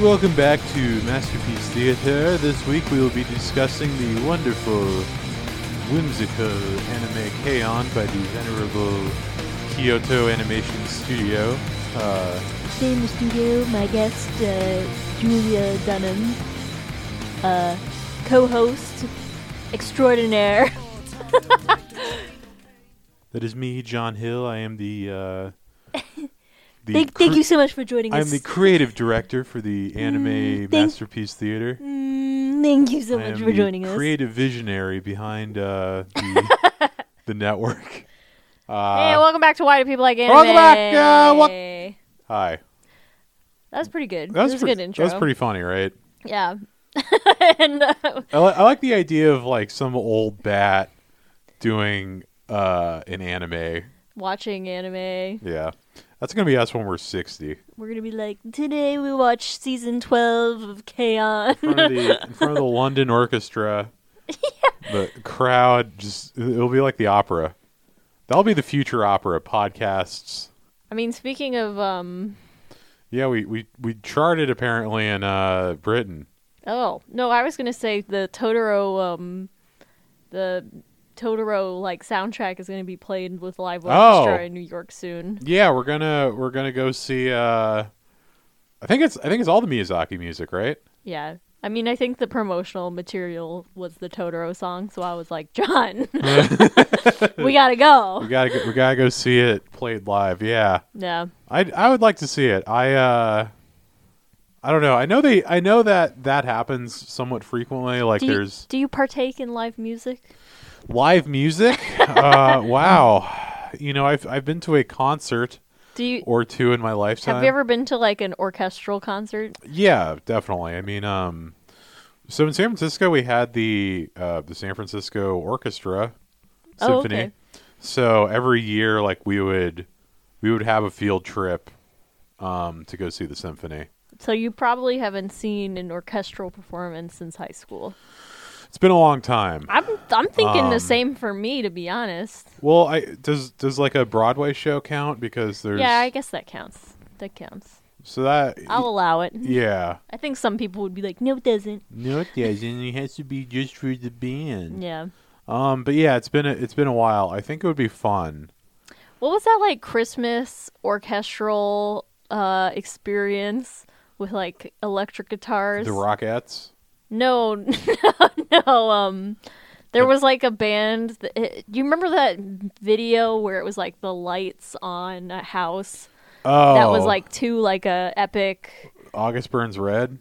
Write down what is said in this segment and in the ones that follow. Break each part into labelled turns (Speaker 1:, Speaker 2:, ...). Speaker 1: welcome back to Masterpiece Theater. This week we will be discussing the wonderful, whimsical anime K-On! by the venerable Kyoto Animation Studio. Uh,
Speaker 2: Today in the studio, my guest, uh, Julia Dunham, uh, co host extraordinaire.
Speaker 1: that is me, John Hill. I am the. Uh, the
Speaker 2: thank,
Speaker 1: cre-
Speaker 2: thank you so much for joining
Speaker 1: I'm
Speaker 2: us.
Speaker 1: the creative director for the Anime
Speaker 2: Mm, thank-
Speaker 1: Masterpiece Theater.
Speaker 2: Mm, thank you so
Speaker 1: I
Speaker 2: much
Speaker 1: am
Speaker 2: for
Speaker 1: the
Speaker 2: joining us.
Speaker 1: creative visionary behind uh, the, the network. Uh,
Speaker 2: hey, welcome back to Why Do People Like Anime?
Speaker 1: welcome back, uh, wel- hi.
Speaker 2: That was pretty good.
Speaker 1: That was,
Speaker 2: that was
Speaker 1: pre-
Speaker 2: a good intro.
Speaker 1: That was pretty funny, right?
Speaker 2: Yeah. and, uh,
Speaker 1: I, li- I like the idea of like some old bat doing uh, an anime.
Speaker 2: watching anime.
Speaker 1: Yeah, that's gonna be us when we're sixty.
Speaker 2: We're going to be like, today we watch season 12 of K-On!
Speaker 1: In front of the, in front of the London Orchestra, the crowd just—it'll be like the opera. That'll be the future opera podcasts.
Speaker 2: I mean, speaking of, um,
Speaker 1: Yeah, we we we charted apparently in uh, Britain.
Speaker 2: oh, no, I was going to say the Totoro, um, the Totoro, like, soundtrack is going to be played with live orchestra
Speaker 1: Oh.
Speaker 2: in New York soon.
Speaker 1: Yeah, we're gonna we're gonna go see. Uh, I think it's I think it's all the Miyazaki music, right?
Speaker 2: Yeah. I mean, I think the promotional material was the Totoro song, so I was like, John, we gotta
Speaker 1: We
Speaker 2: go.
Speaker 1: gotta go, we gotta go see it played live. Yeah,
Speaker 2: Yeah.
Speaker 1: I I would like to see it. I uh, I don't know. I know they I know that that happens somewhat frequently. Like
Speaker 2: do, you,
Speaker 1: there's
Speaker 2: do you partake in live music?
Speaker 1: live music. uh, wow, you know I've I've been to a concert
Speaker 2: Do you
Speaker 1: or two in my lifetime.
Speaker 2: have you ever been to like an orchestral concert?
Speaker 1: Yeah, definitely. I mean, um, so in San Francisco we had the uh, the San Francisco Orchestra
Speaker 2: Oh,
Speaker 1: Symphony.
Speaker 2: okay.
Speaker 1: So every year, like we would we would have a field trip um, to go see the symphony.
Speaker 2: So you probably haven't seen an orchestral performance since high school.
Speaker 1: It's been a long time.
Speaker 2: I'm I'm thinking
Speaker 1: Um,
Speaker 2: the same for me, to be honest.
Speaker 1: Well, I does does like a Broadway show count because there's
Speaker 2: Yeah, I guess that counts. That counts.
Speaker 1: so that
Speaker 2: I'll allow it.
Speaker 1: yeah.
Speaker 2: I think some people would be like, no, it doesn't.
Speaker 1: No, it doesn't. It has to be just for the band.
Speaker 2: Yeah.
Speaker 1: Um, but yeah, it's been a, it's been a while. I think it would be fun.
Speaker 2: What was that like Christmas orchestral uh experience with like electric guitars?
Speaker 1: The Rockettes.
Speaker 2: no, no, no. Um, there was like a band. That, it- you remember that video where it was like the lights on a house
Speaker 1: Oh,
Speaker 2: that was like too like a epic.
Speaker 1: August Burns Red.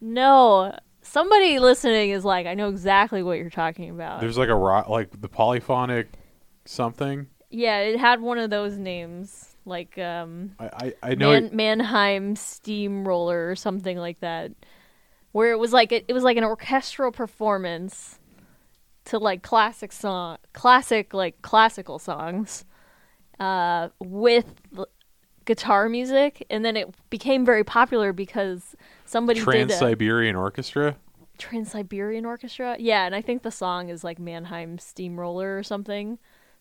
Speaker 2: No, somebody listening is like, I know exactly what you're talking about.
Speaker 1: There's like a rock, like the polyphonic something.
Speaker 2: yeah, it had one of those names like um
Speaker 1: I I, I know.
Speaker 2: Man-
Speaker 1: it-
Speaker 2: Mannheim Steamroller or something like that, where it was like it, it was like an orchestral performance to like classic song, classic like classical songs, uh, with l- guitar music, and then it became very popular because somebody
Speaker 1: Trans
Speaker 2: did a
Speaker 1: Siberian Orchestra.
Speaker 2: Trans Siberian Orchestra. Yeah, and I think the song is like Mannheim Steamroller or something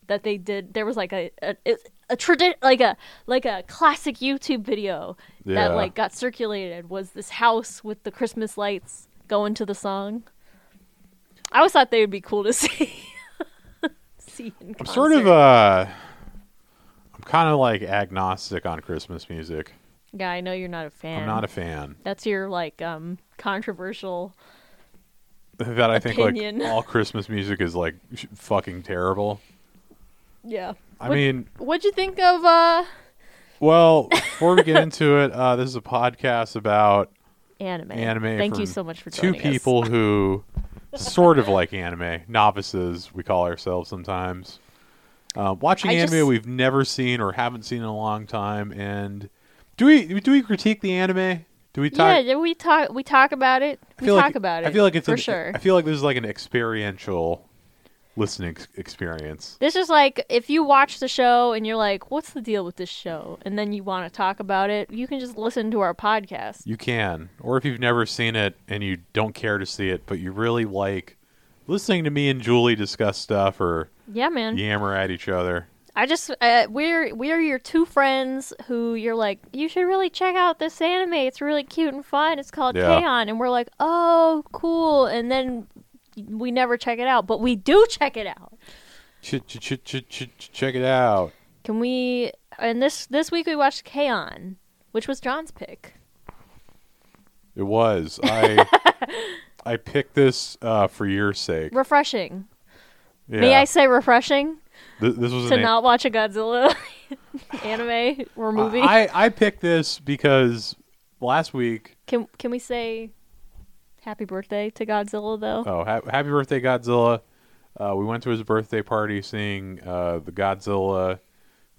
Speaker 2: that they did. There was like a a, it- a tradi- like a like a classic YouTube video
Speaker 1: Yeah.
Speaker 2: that like got circulated was this house with the Christmas lights going to the song. I always thought they would be cool to see. see in
Speaker 1: I'm sort of
Speaker 2: concert.
Speaker 1: uh, I'm kind of like agnostic on Christmas music.
Speaker 2: yeah. I know you're not a fan.
Speaker 1: I'm not a fan.
Speaker 2: That's your like um controversial.
Speaker 1: That I think
Speaker 2: Opinion.
Speaker 1: like all Christmas music is like sh- fucking terrible.
Speaker 2: Yeah.
Speaker 1: I
Speaker 2: What-
Speaker 1: mean,
Speaker 2: What'd you think of uh
Speaker 1: well, before we get into it, uh, this is a podcast about
Speaker 2: anime?
Speaker 1: anime.
Speaker 2: Thank you
Speaker 1: from
Speaker 2: so much for
Speaker 1: two
Speaker 2: joining us.
Speaker 1: people who sort of like anime novices. We call ourselves sometimes. Um, watching
Speaker 2: I
Speaker 1: anime
Speaker 2: just-
Speaker 1: we've never seen or haven't seen in a long time, and do we do we critique the anime? Do we talk?
Speaker 2: Yeah, yeah, we talk. We talk about it.
Speaker 1: I
Speaker 2: We
Speaker 1: feel
Speaker 2: talk
Speaker 1: like,
Speaker 2: about it.
Speaker 1: I feel like it's
Speaker 2: for
Speaker 1: an-
Speaker 2: sure.
Speaker 1: I feel like this is like an experiential listening ex- experience.
Speaker 2: this is like if you watch the show and you're like, "What's the deal with this show?" and then you want to talk about it, you can just listen to our podcast.
Speaker 1: You can, or if you've never seen it and you don't care to see it, but you really like listening to me and Julie discuss stuff or
Speaker 2: Yeah, man.
Speaker 1: yammer at each other.
Speaker 2: I just uh, we're we're your two friends who you're like you should really check out this anime. It's really cute and fun. It's called
Speaker 1: Yeah.
Speaker 2: K-On! and we're like, oh, cool. And then we never check it out, but we do check it out.
Speaker 1: Ch- ch- ch- ch- ch- ch- check it out.
Speaker 2: Can we? And this this week we watched K-On!, which was John's pick.
Speaker 1: It was. I I picked this uh, for your sake.
Speaker 2: Refreshing.
Speaker 1: Yeah.
Speaker 2: May I say refreshing
Speaker 1: Th- this was
Speaker 2: to
Speaker 1: an
Speaker 2: not watch a Godzilla anime or movie?
Speaker 1: I, I picked this because last week.
Speaker 2: Can can we say happy birthday to Godzilla though?
Speaker 1: Oh, ha- happy birthday, Godzilla! Uh, we went to his birthday party, seeing uh, the Godzilla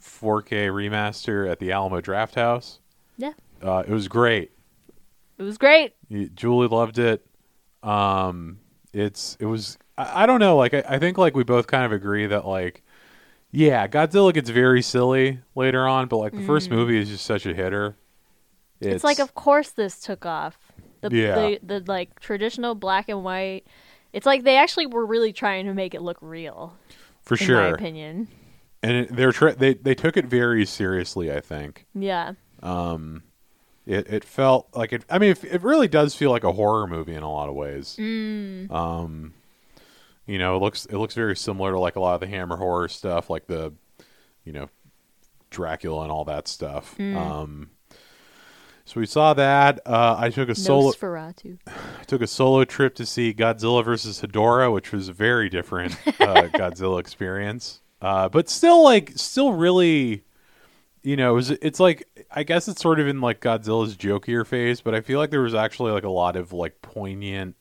Speaker 1: 4K remaster at the Alamo Draft House.
Speaker 2: Yeah.
Speaker 1: Uh, it was great.
Speaker 2: It was great.
Speaker 1: Y- Julie loved it. Um, it's it was. I, I don't know. Like I, I think like we both kind of agree that like. Yeah, Godzilla gets very silly later on, but like the first movie is just such a hitter.
Speaker 2: Mm. It's, like of course this took off. The,
Speaker 1: Yeah.
Speaker 2: the the like traditional black and white. It's like they actually were really trying to make it look real.
Speaker 1: for
Speaker 2: in
Speaker 1: sure.
Speaker 2: my opinion.
Speaker 1: and it, they're tra- they they took it very seriously. I think
Speaker 2: Yeah.
Speaker 1: it it felt like it. I mean, it, it really does feel like a horror movie in a lot of ways. Um, you know, it looks it looks very similar to like a lot of the Hammer horror stuff, like the you know Dracula and all that stuff. Um, so we saw that. Uh, I took a solo
Speaker 2: Nosferatu.
Speaker 1: I took a solo trip to see Godzilla versus Hedorah, which was a very different uh, Godzilla experience. Uh, but still, like, still really, you know, it was, it's like I guess it's sort of in like Godzilla's jokier phase, but I feel like there was actually like a lot of like poignant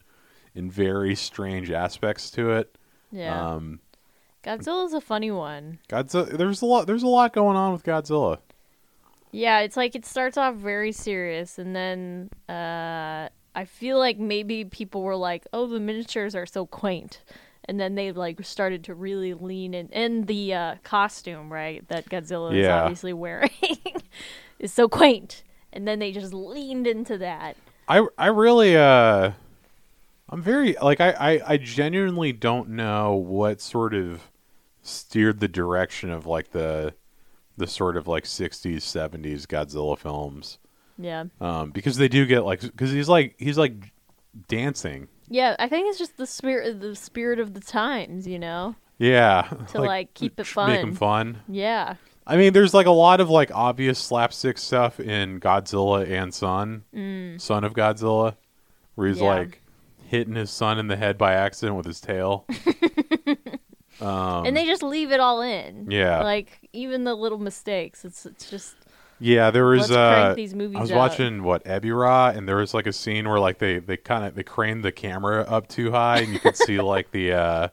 Speaker 1: and very strange aspects to it.
Speaker 2: Yeah.
Speaker 1: Um,
Speaker 2: Godzilla's a funny one.
Speaker 1: Godzilla, there's a lot, there's a lot going on with Godzilla.
Speaker 2: Yeah, it's like it starts off very serious and then uh I feel like maybe people were like, "Oh, the miniatures are so quaint." And then they like started to really lean in and the uh costume, right, that Godzilla is
Speaker 1: Yeah.
Speaker 2: obviously wearing is so quaint. And then they just leaned into that.
Speaker 1: I I really uh I'm very like I, I I genuinely don't know what sort of steered the direction of like the the sort of like 60s 70s Godzilla films
Speaker 2: Yeah.
Speaker 1: um because they do get like cuz he's like he's like dancing
Speaker 2: Yeah, I think it's just the spirit the spirit of the times, you know.
Speaker 1: yeah
Speaker 2: To, like, keep it
Speaker 1: tr- make 'em
Speaker 2: fun.
Speaker 1: fun
Speaker 2: Yeah.
Speaker 1: I mean there's like a lot of like obvious slapstick stuff in Godzilla and Son Son of Godzilla where he's
Speaker 2: Mm. Yeah.
Speaker 1: like hitting his son in the head by accident with his tail
Speaker 2: and they just leave it all in.
Speaker 1: Um, yeah.
Speaker 2: Like even the little mistakes, it's it's just
Speaker 1: Yeah, there was.
Speaker 2: Let's crank
Speaker 1: uh,
Speaker 2: these movies
Speaker 1: I was
Speaker 2: out.
Speaker 1: watching what Ebira, and there was like a scene where like they they kind of they craned the camera up too high, and you could see like the uh,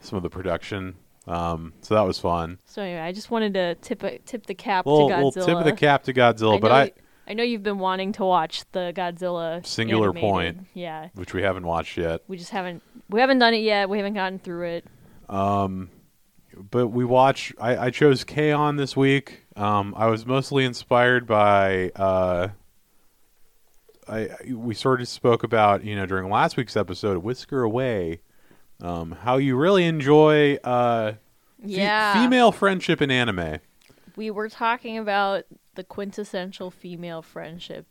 Speaker 1: some of the production. Um, so that was fun.
Speaker 2: So anyway, I just wanted to tip a, tip the cap
Speaker 1: Little,
Speaker 2: to Godzilla.
Speaker 1: little tip of the cap to Godzilla,
Speaker 2: I
Speaker 1: but
Speaker 2: know
Speaker 1: I
Speaker 2: you- I know you've been wanting to watch the Godzilla
Speaker 1: Singular
Speaker 2: animated.
Speaker 1: Point.
Speaker 2: Yeah,
Speaker 1: which we haven't watched yet,
Speaker 2: we just haven't we haven't done it yet. We haven't gotten through it.
Speaker 1: but we watch. I, I chose K on this week. Um, I was mostly inspired by. Uh, I we sort of spoke about you know during last week's episode, Whisker Away, um, how you really enjoy. Uh, Fe-
Speaker 2: Yeah,
Speaker 1: female friendship in anime.
Speaker 2: we were talking about the quintessential female friendship.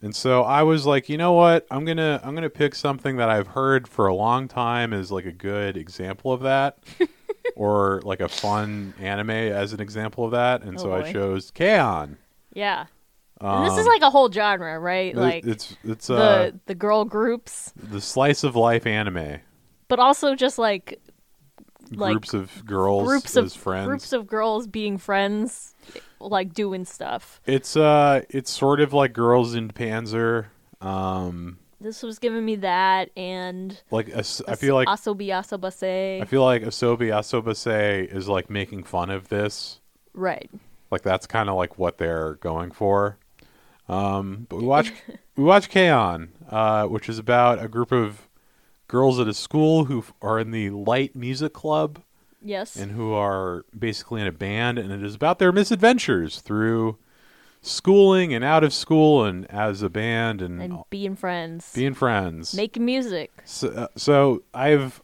Speaker 1: And so I was like, you know what? I'm going to I'm going to pick something that I've heard for a long time as like a good example of that or like a fun anime as an example of that. And
Speaker 2: Oh,
Speaker 1: so I
Speaker 2: boy.
Speaker 1: chose K-On!
Speaker 2: Yeah,
Speaker 1: Um,
Speaker 2: and this is like a whole genre, right?
Speaker 1: it-
Speaker 2: Like
Speaker 1: it's it's
Speaker 2: the
Speaker 1: uh,
Speaker 2: the girl groups,
Speaker 1: the slice of life anime.
Speaker 2: but also just like Like,
Speaker 1: groups of girls
Speaker 2: groups
Speaker 1: as
Speaker 2: of
Speaker 1: friends.
Speaker 2: groups of girls being friends, like doing stuff.
Speaker 1: it's uh it's sort of like Girls in Panzer. Um
Speaker 2: This was giving me that and.
Speaker 1: like As- I feel like
Speaker 2: Asobi Asobase.
Speaker 1: I feel like Asobi Asobase is like making fun of this.
Speaker 2: right.
Speaker 1: Like that's kind of like what they're going for. Um, but we watch we watch K-On!, uh, which is about a group of girls at a school who f- are in the light music club
Speaker 2: Yes.
Speaker 1: and who are basically in a band, and it is about their misadventures through schooling and out of school and as a band and,
Speaker 2: and being friends.
Speaker 1: being friends. uh,
Speaker 2: Making music.
Speaker 1: So, so I've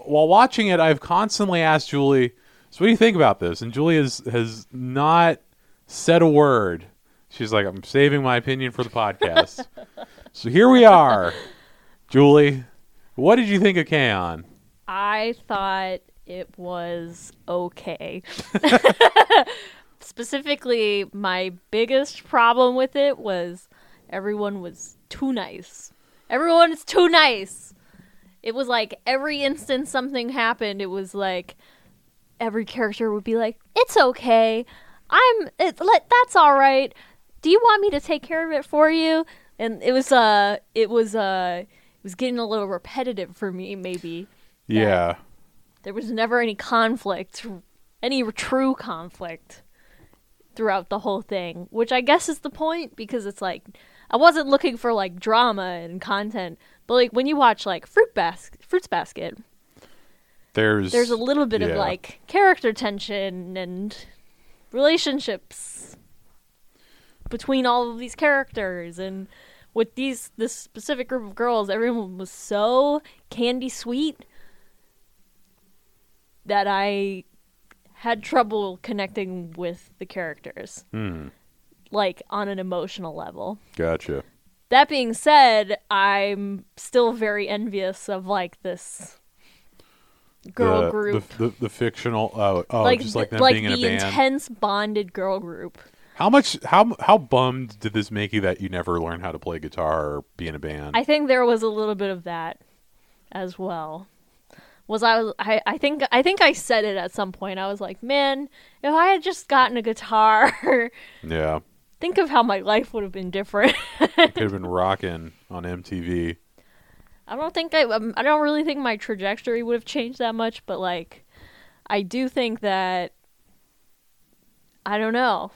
Speaker 1: while watching it, I've constantly asked Julie. So what do you think about this? And Julia has, has not said a word. She's like, I'm saving my opinion for the podcast. so here we are. Julie, what did you think of Kaon?
Speaker 2: I thought it was okay. Specifically, my biggest problem with it was everyone was too nice. Everyone is too nice. It was like every instance something happened, it was like every character would be like, "It's okay. I'm it, let that's all right. Do you want me to take care of it for you?" And it was uh it was uh it was getting a little repetitive for me maybe.
Speaker 1: Yeah.
Speaker 2: There was never any conflict, any true conflict throughout the whole thing, which I guess is the point because it's like I wasn't looking for like drama and content, but like when you watch like Fruit Basket, Fruits Basket,
Speaker 1: There's
Speaker 2: there's a little bit
Speaker 1: yeah.
Speaker 2: of like character tension and relationships between all of these characters and with these this specific group of girls everyone was so candy sweet that i had trouble connecting with the characters
Speaker 1: Hmm.
Speaker 2: like on an emotional level
Speaker 1: Gotcha.
Speaker 2: that being said, I'm still very envious of like this girl
Speaker 1: the,
Speaker 2: group,
Speaker 1: The, the, the fictional. Oh, oh
Speaker 2: like
Speaker 1: just like
Speaker 2: the,
Speaker 1: them being in a
Speaker 2: the
Speaker 1: band.
Speaker 2: intense bonded girl group.
Speaker 1: How much? How how bummed did this make you that you never learned how to play guitar or be in a band?
Speaker 2: I think there was a little bit of that as well. Was I, I? I think I think I said it at some point. I was like, man, if I had just gotten a guitar,
Speaker 1: yeah,
Speaker 2: think of how my life would have been different.
Speaker 1: could have been rocking on MTV.
Speaker 2: I don't think I um, I don't really think my trajectory would have changed that much, but like I do think that I don't know.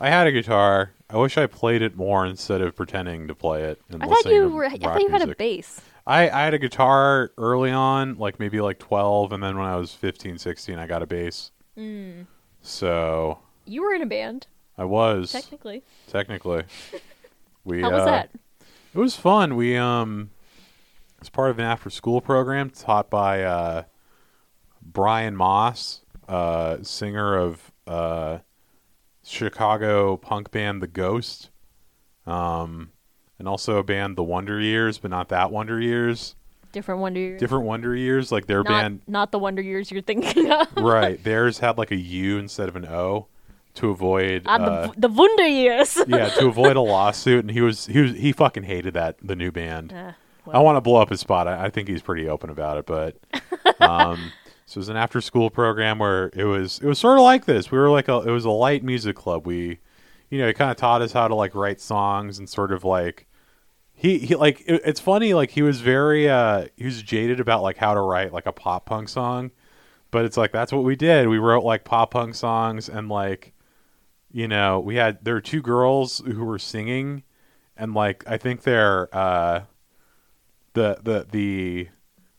Speaker 1: I had a guitar. I wish I played it more instead of pretending to play it. And
Speaker 2: I thought
Speaker 1: listening
Speaker 2: you
Speaker 1: to
Speaker 2: were I
Speaker 1: rock
Speaker 2: thought you had a
Speaker 1: music.
Speaker 2: bass.
Speaker 1: I, I had a guitar early on, like maybe like 12, and then when I was 15, 16, I got a bass.
Speaker 2: Mm.
Speaker 1: So
Speaker 2: You were in a band
Speaker 1: I was
Speaker 2: technically.
Speaker 1: technically. We
Speaker 2: How was
Speaker 1: uh,
Speaker 2: that?
Speaker 1: It was fun. We um, it's part of an after-school program taught by uh, Brian Moss, uh, singer of uh, Chicago punk band The Ghost, um, and also a band The Wonder Years, but not that Wonder Years.
Speaker 2: Different Wonder Years.
Speaker 1: Different Wonder Years, like their
Speaker 2: not,
Speaker 1: band,
Speaker 2: not the Wonder Years you're thinking of.
Speaker 1: right? Theirs had like a U instead of an O to avoid.
Speaker 2: Ah,
Speaker 1: uh,
Speaker 2: the the Wonder Years. Uh,
Speaker 1: yeah, to avoid a lawsuit, and he was he was he fucking hated that the new band.
Speaker 2: Ah,
Speaker 1: I
Speaker 2: well,
Speaker 1: want to blow up his spot. I, I think he's pretty open about it, but um, so it was an after school program where it was it was sort of like this. We were like a it was a light music club. We, you know, it kind of taught us how to like write songs and sort of like he he like it, it's funny like he was very uh he was jaded about like how to write like a pop punk song, but it's like that's what we did. We wrote like pop punk songs and like you know we had there were two girls who were singing and like I think their uh the the the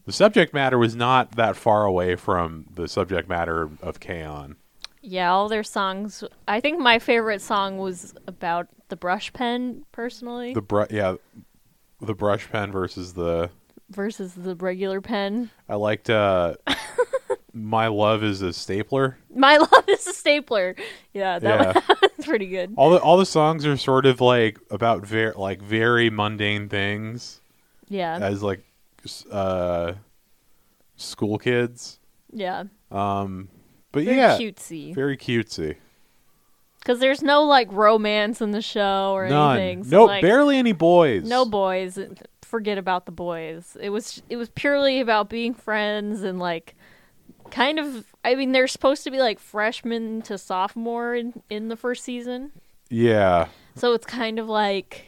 Speaker 1: the subject matter was not that far away from the subject matter of Kaon.
Speaker 2: yeah, all their songs. I think my favorite song was about the brush pen, personally,
Speaker 1: The br- yeah, the brush pen versus the
Speaker 2: versus the regular pen.
Speaker 1: I liked uh My Love is a Stapler.
Speaker 2: My love is a stapler. Yeah, that
Speaker 1: Yeah.
Speaker 2: was pretty good.
Speaker 1: All the all the songs are sort of like about ver- like very mundane things
Speaker 2: Yeah,
Speaker 1: as like s- uh school kids.
Speaker 2: yeah.
Speaker 1: But
Speaker 2: Very
Speaker 1: yeah,
Speaker 2: cutesy.
Speaker 1: very cutesy.
Speaker 2: Because there's no like romance in the show or anything.
Speaker 1: None.
Speaker 2: so,
Speaker 1: No,
Speaker 2: like,
Speaker 1: barely any boys.
Speaker 2: No boys. Forget about the boys. It was it was purely about being friends and like kind of. I mean, they're supposed to be like freshman to sophomore in in the first season,
Speaker 1: yeah.
Speaker 2: so it's kind of like,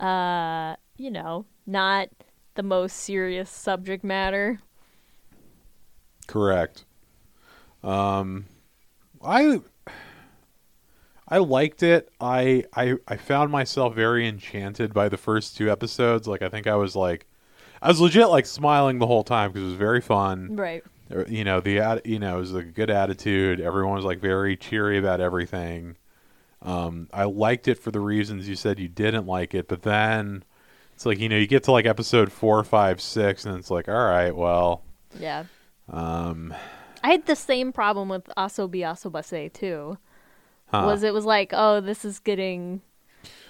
Speaker 2: uh, you know, not the most serious subject matter.
Speaker 1: Correct. Um, I I liked it. I, I I found myself very enchanted by the first two episodes. Like I think I was like I was legit like smiling the whole time because it was very fun.
Speaker 2: Right.
Speaker 1: There- You know the at- you know it was a good attitude. Everyone was like very cheery about everything. Um, I liked it for the reasons you said you didn't like it, but then it's like you know you get to like episode four, five, six, and it's like all right, well.
Speaker 2: Yeah.
Speaker 1: Um,
Speaker 2: I had the same problem with Asobi Asobase too.
Speaker 1: Huh.
Speaker 2: Was it was like, oh, this is getting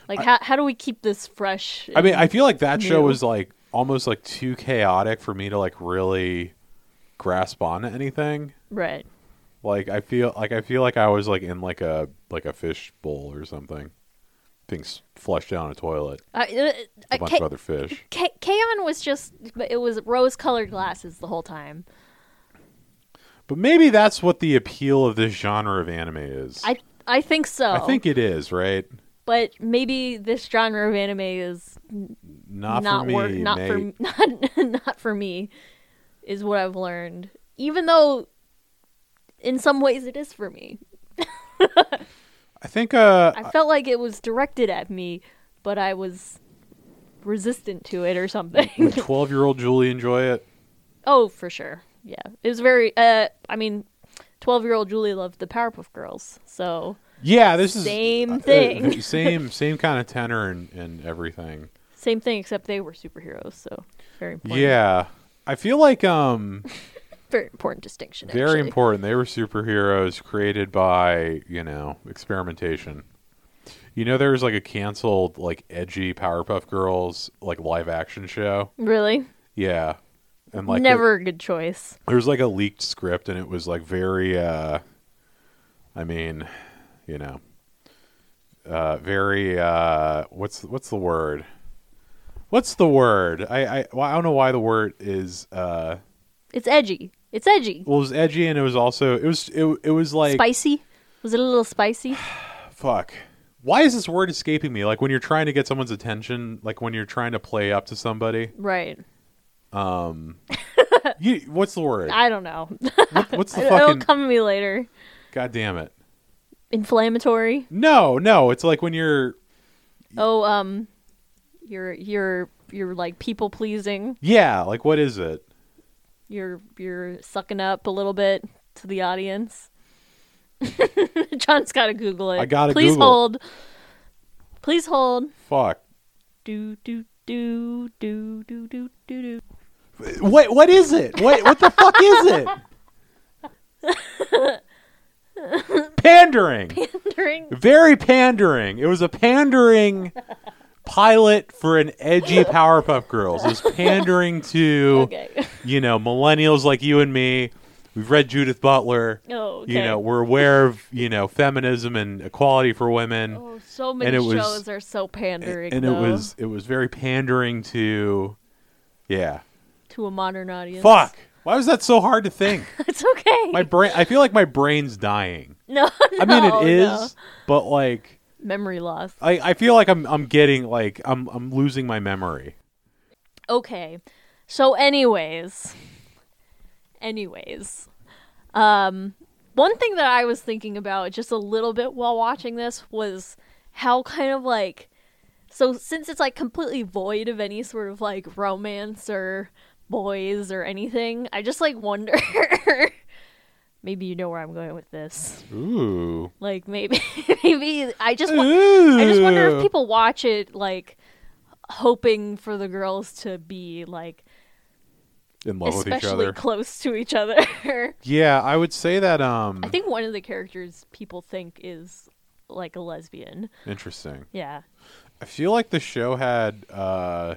Speaker 2: like how how do we keep this fresh?
Speaker 1: I mean, I feel like that show
Speaker 2: New.
Speaker 1: was like almost like too chaotic for me to like really grasp on to anything.
Speaker 2: right.
Speaker 1: Like I feel like I feel like I was like in like a like a fish bowl or something. Things flushed down a toilet.
Speaker 2: I, uh,
Speaker 1: A bunch
Speaker 2: K-
Speaker 1: of other fish.
Speaker 2: K- Kaon was just it was rose colored glasses the whole time.
Speaker 1: But maybe that's what the appeal of this genre of anime is.
Speaker 2: I I think so.
Speaker 1: I think it is, right?
Speaker 2: but maybe this genre of anime is
Speaker 1: Not,
Speaker 2: not
Speaker 1: for me.
Speaker 2: work, not for
Speaker 1: mate.
Speaker 2: not not for me, is what I've learned. Even though, in some ways, it is for me.
Speaker 1: I think uh
Speaker 2: I felt like it was directed at me, but I was resistant to it or something.
Speaker 1: would 12-year-old Julie enjoy it.
Speaker 2: oh, for sure. Yeah, it was very. Uh, I mean, twelve-year-old Julie loved the Powerpuff Girls, so
Speaker 1: Yeah, this is
Speaker 2: Same
Speaker 1: uh,
Speaker 2: thing.
Speaker 1: same same kind of tenor and, and everything.
Speaker 2: same thing. Except they were superheroes, so very important.
Speaker 1: Yeah. I feel like um
Speaker 2: very important distinction.
Speaker 1: very
Speaker 2: actually.
Speaker 1: important. They were superheroes created by, you know, experimentation. You know there was like a canceled like edgy Powerpuff Girls like live action show.
Speaker 2: Really,
Speaker 1: Yeah. And like there-
Speaker 2: never a good choice.
Speaker 1: there was like a leaked script and it was like very uh I mean, you know, uh very uh what's what's the word? What's the word? I I, well, I don't know why the word is uh
Speaker 2: It's edgy. It's edgy.
Speaker 1: well, it was edgy and it was also it was it, it was like
Speaker 2: spicy. Was it a little spicy?
Speaker 1: fuck. Why is this word escaping me? Like when you're trying to get someone's attention, like when you're trying to play up to somebody.
Speaker 2: Right.
Speaker 1: You, what's the word?
Speaker 2: I don't know.
Speaker 1: What- what's the
Speaker 2: It'll
Speaker 1: fucking?
Speaker 2: come to me later.
Speaker 1: God damn it!
Speaker 2: Inflammatory.
Speaker 1: No, no. It's like when you're.
Speaker 2: Oh, um, you're you're you're like people pleasing.
Speaker 1: Yeah, like what is it?
Speaker 2: You're you're sucking up a little bit to the audience. John's gotta Google it.
Speaker 1: I gotta
Speaker 2: Please
Speaker 1: Google.
Speaker 2: hold. Please hold.
Speaker 1: Fuck.
Speaker 2: Do do do do do do do do.
Speaker 1: What? What is it? What? What the fuck is it? Pandering.
Speaker 2: During
Speaker 1: Very pandering. It was a pandering pilot for an edgy Powerpuff Girls. It was pandering to
Speaker 2: okay.
Speaker 1: you know, millennials like you and me, we've read Judith Butler.
Speaker 2: Oh, okay.
Speaker 1: You know, we're aware of, you know, feminism and equality for women.
Speaker 2: Oh, so many
Speaker 1: it was-
Speaker 2: shows are so pandering.
Speaker 1: and
Speaker 2: though,
Speaker 1: it was it was very pandering to Yeah.
Speaker 2: to a modern audience.
Speaker 1: Fuck. Why was that so hard to think?
Speaker 2: it's okay.
Speaker 1: My brain I feel like my brain's dying.
Speaker 2: no,
Speaker 1: I mean
Speaker 2: Oh, no,
Speaker 1: it is,
Speaker 2: no.
Speaker 1: but like
Speaker 2: memory loss.
Speaker 1: I, I feel like I'm I'm getting like I'm I'm losing my memory.
Speaker 2: Okay, so anyways, anyways, um, one thing that I was thinking about just a little bit while watching this was how kind of like, so since it's like completely void of any sort of like romance or boys or anything, I just like wonder. Maybe you know where I'm going with this.
Speaker 1: Ooh.
Speaker 2: Like maybe, maybe I just wa-
Speaker 1: Ooh.
Speaker 2: I just wonder if people watch it like hoping for the girls to be like
Speaker 1: in love with each
Speaker 2: especially
Speaker 1: other.
Speaker 2: close to each other.
Speaker 1: yeah, I would say that um
Speaker 2: I think one of the characters people think is like a lesbian.
Speaker 1: interesting.
Speaker 2: Yeah.
Speaker 1: I feel like the show had uh,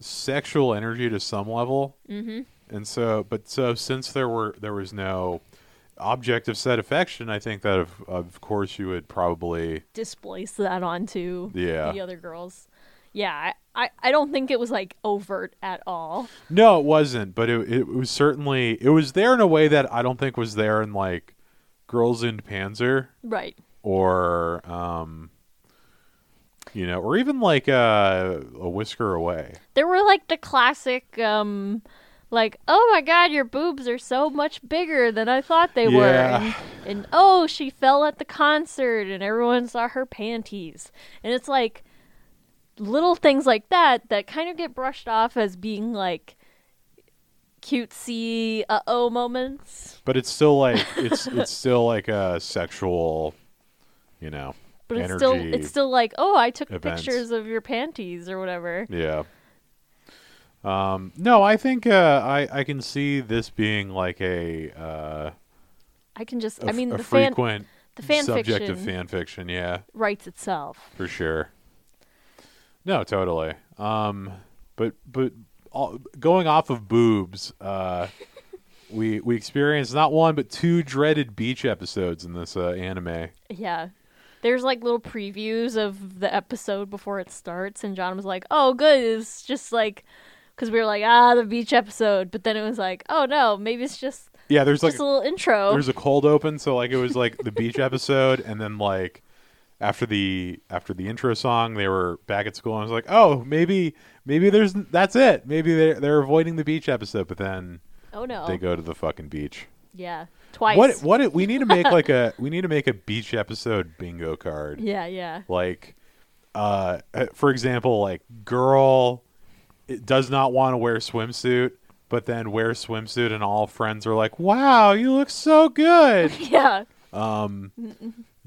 Speaker 1: sexual energy to some level, mm-hmm. and so, but so since there were there was no objective set affection, I think that of of course you would probably
Speaker 2: Displace that onto
Speaker 1: Yeah.
Speaker 2: the other girls. Yeah, I, I, I don't think it was like overt at all.
Speaker 1: no, it wasn't, but it it was certainly it was there in a way that I don't think was there in like Girls in Panzer
Speaker 2: Right.
Speaker 1: or um, you know, or even like uh, a Whisker Away.
Speaker 2: There were like the classic um like, oh my god, your boobs are so much bigger than I thought they were.
Speaker 1: Yeah.
Speaker 2: And, and oh, she fell at the concert and everyone saw her panties. And it's like little things like that that kind of get brushed off as being like cutesy uh oh moments.
Speaker 1: but it's still like it's it's still like a sexual you know
Speaker 2: But
Speaker 1: energy
Speaker 2: it's still it's still like, oh, I took
Speaker 1: events.
Speaker 2: pictures of your panties or whatever.
Speaker 1: yeah Um, no, I think uh, I I can see this being like a uh,
Speaker 2: I can just.
Speaker 1: a
Speaker 2: I mean,
Speaker 1: f- a
Speaker 2: the fan
Speaker 1: frequent
Speaker 2: the fan
Speaker 1: subject
Speaker 2: fiction
Speaker 1: of fan fiction. Yeah,
Speaker 2: writes itself.
Speaker 1: for sure. No, totally. Um, but but all, going off of boobs, uh, we we experienced not one but two dreaded beach episodes in this uh, anime.
Speaker 2: Yeah. There's like little previews of the episode before it starts, and John was like, "Oh, good." It's just like because we were like, "Ah, the beach episode," but then it was like, "Oh no, maybe it's just
Speaker 1: Yeah, there's like
Speaker 2: just a little intro."
Speaker 1: there's a cold open so like it was like the beach episode and then like after the after the intro song they were back at school and i was like oh maybe maybe there's that's it maybe they're, they're avoiding the beach episode but then
Speaker 2: oh no,
Speaker 1: they go to the fucking beach
Speaker 2: yeah, twice.
Speaker 1: what what it, we need to make like a we need to make a beach episode bingo card
Speaker 2: Yeah, yeah,
Speaker 1: like uh uh, for example like girl it does not want to wear swimsuit but then wears swimsuit and all friends are like wow you look so good
Speaker 2: yeah,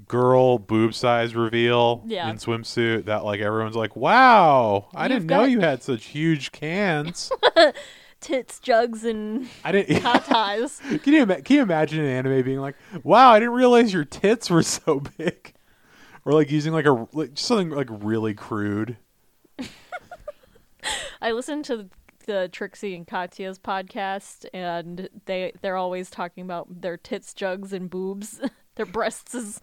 Speaker 1: girl boob size reveal
Speaker 2: Yeah.
Speaker 1: in swimsuit that like everyone's like, "Wow, I
Speaker 2: You've
Speaker 1: didn't know
Speaker 2: got-
Speaker 1: you had such huge cans."
Speaker 2: tits, jugs, and
Speaker 1: I didn't.
Speaker 2: tatas.
Speaker 1: can you ima- can you imagine an anime being like, "Wow, I didn't realize your tits were so big," or like using like a like, just something like really crude.
Speaker 2: I listen to the Trixie and Katya's podcast, and they they're always talking about their tits, jugs, and boobs. their breasts is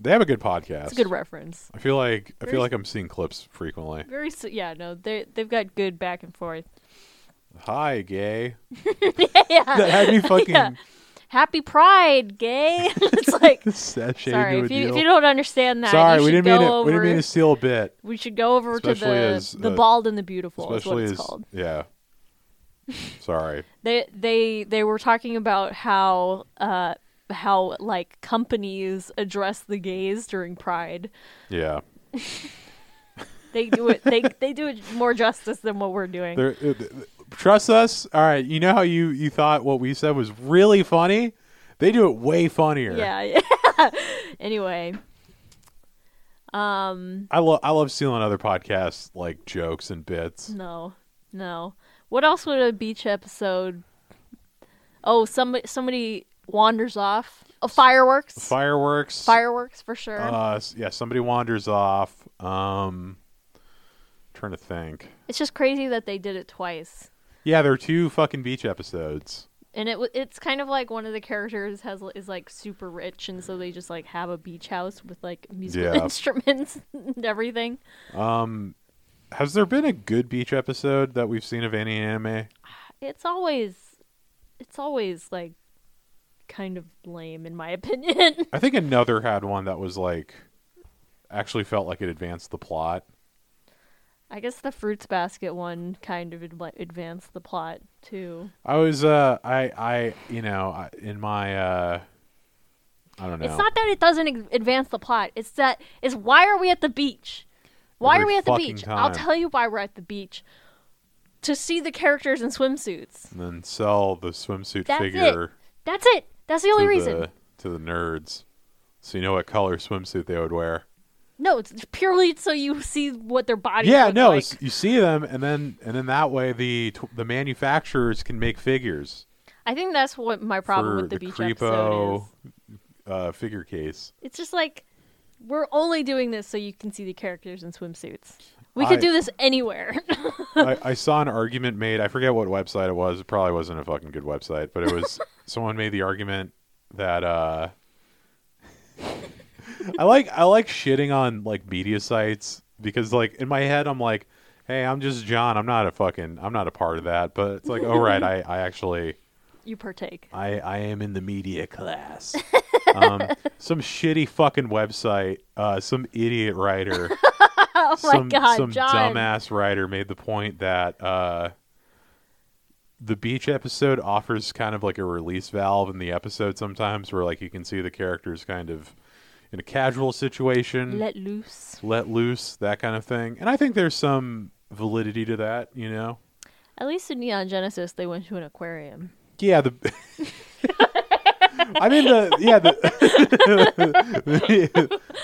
Speaker 1: They have a good podcast.
Speaker 2: it's a good reference.
Speaker 1: I feel like I feel
Speaker 2: Very-
Speaker 1: like I'm seeing clips frequently.
Speaker 2: Very s- yeah, no, they they've got good back and forth.
Speaker 1: Hi, gay.
Speaker 2: yeah,
Speaker 1: That had me fucking
Speaker 2: happy Pride, gay. it's like
Speaker 1: sashayed
Speaker 2: sorry
Speaker 1: into a
Speaker 2: if you, if
Speaker 1: deal.
Speaker 2: you don't understand that.
Speaker 1: Sorry,
Speaker 2: you
Speaker 1: we didn't
Speaker 2: should go
Speaker 1: mean it.
Speaker 2: Over,
Speaker 1: We didn't mean to steal a bit.
Speaker 2: we should go over to the
Speaker 1: Especially as,
Speaker 2: the
Speaker 1: uh,
Speaker 2: bald and the beautiful. Is what
Speaker 1: especially
Speaker 2: it's
Speaker 1: as
Speaker 2: called.
Speaker 1: yeah. Sorry.
Speaker 2: They they they were talking about how uh how like companies address the gays during Pride.
Speaker 1: Yeah.
Speaker 2: They do it. they they do it more justice than what we're doing.
Speaker 1: There, uh, th- th- trust us. All right. You know how you, you thought what we said was really funny? They do it way funnier.
Speaker 2: yeah. yeah. anyway. Um.
Speaker 1: I, lo- I love stealing other podcasts, like jokes and bits.
Speaker 2: No, no. What else would a beach episode? Oh, somebody somebody wanders off. Oh, fireworks.
Speaker 1: Fireworks.
Speaker 2: fireworks for sure.
Speaker 1: Uh, s- yeah. Somebody wanders off. Um, trying to think.
Speaker 2: it's just crazy that they did it twice.
Speaker 1: Yeah, there are two fucking beach episodes.
Speaker 2: And it w- it's kind of like one of the characters has is like super rich, and so they just like have a beach house with like musical
Speaker 1: Yeah.
Speaker 2: instruments and everything.
Speaker 1: Has there been a good beach episode that we've seen of any anime?
Speaker 2: It's always, it's always like kind of lame in my opinion.
Speaker 1: I think another had one that was like actually felt like it advanced the plot.
Speaker 2: I guess the fruits basket one kind of adv- advanced the plot too.
Speaker 1: I was uh I I you know I, in my uh I don't know.
Speaker 2: It's not that it doesn't ad- advance the plot. It's that it's why are we at the beach? Why
Speaker 1: Every
Speaker 2: are we at the
Speaker 1: fucking
Speaker 2: beach? I'll
Speaker 1: time.
Speaker 2: tell you why we're at the beach. To see the characters in swimsuits.
Speaker 1: and then sell the swimsuit
Speaker 2: That's it.
Speaker 1: figure
Speaker 2: That's it. That's the only
Speaker 1: to
Speaker 2: reason.
Speaker 1: the to the nerds. So you know what color swimsuit they would wear.
Speaker 2: No, it's purely so you see what their bodies.
Speaker 1: yeah,
Speaker 2: look
Speaker 1: no,
Speaker 2: like.
Speaker 1: it's, you see them and then and then that way the t- the manufacturers can make figures
Speaker 2: I think that's what my problem
Speaker 1: for
Speaker 2: with the,
Speaker 1: the
Speaker 2: beach episode is.
Speaker 1: creepo uh figure case.
Speaker 2: It's just like we're only doing this so you can see the characters in swimsuits. We could
Speaker 1: I-
Speaker 2: do this anywhere.
Speaker 1: I, I saw an argument made. I forget what website it was. It probably wasn't a fucking good website, but it was someone made the argument that uh I like I like shitting on like media sites because like in my head I'm like, hey, I'm just John. I'm not a fucking I'm not a part of that. But it's like, oh right, I I actually
Speaker 2: you partake.
Speaker 1: I I am in the media class. um, some shitty fucking website. Uh, some idiot writer
Speaker 2: Oh my
Speaker 1: some
Speaker 2: god,
Speaker 1: some
Speaker 2: John.
Speaker 1: dumbass writer made the point that uh, the beach episode offers kind of like a release valve in the episode sometimes, where like you can see the characters kind of in a casual situation,
Speaker 2: Let loose.
Speaker 1: let loose, that kind of thing. And I think there's some validity to that, you know.
Speaker 2: At least in Neon Genesis, they went to an aquarium.
Speaker 1: Yeah, the. I mean the yeah the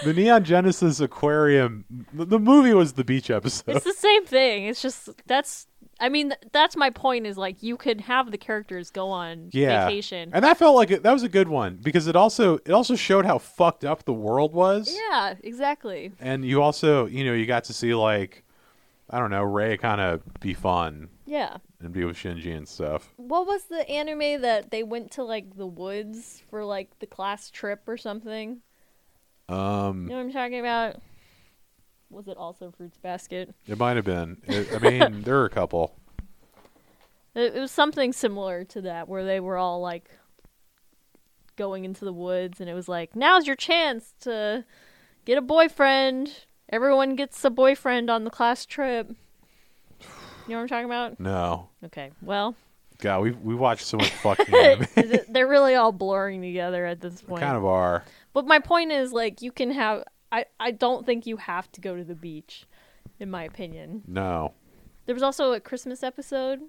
Speaker 1: the Neon Genesis Aquarium. The, the movie was the beach episode.
Speaker 2: It's the same thing. It's just that's I mean, th- that's my point. Is like you could have the characters go on
Speaker 1: yeah.
Speaker 2: vacation.
Speaker 1: And that felt like a, that was a good one because it also it also showed how fucked up the world was.
Speaker 2: yeah, exactly.
Speaker 1: And you also, you know, you got to see like I don't know, Ray kind of be fun
Speaker 2: Yeah.
Speaker 1: and be with Shinji and stuff.
Speaker 2: What was the anime that they went to like the woods for like the class trip or something? You
Speaker 1: Um
Speaker 2: know what I'm talking about? Was it also Fruits Basket?
Speaker 1: it might have been. It- I mean, there are a couple.
Speaker 2: It, it was something similar to that, where they were all like going into the woods, and it was like, now's your chance to get a boyfriend. Everyone gets a boyfriend on the class trip. You know what I'm talking about?
Speaker 1: No.
Speaker 2: Okay, well,
Speaker 1: God, we we watched so much fucking anime.
Speaker 2: is it- they're really all blurring together at this point.
Speaker 1: kind of are.
Speaker 2: But my point is, like, you can have. I, I don't think you have to go to the beach, in my opinion.
Speaker 1: No.
Speaker 2: There was also a Christmas episode.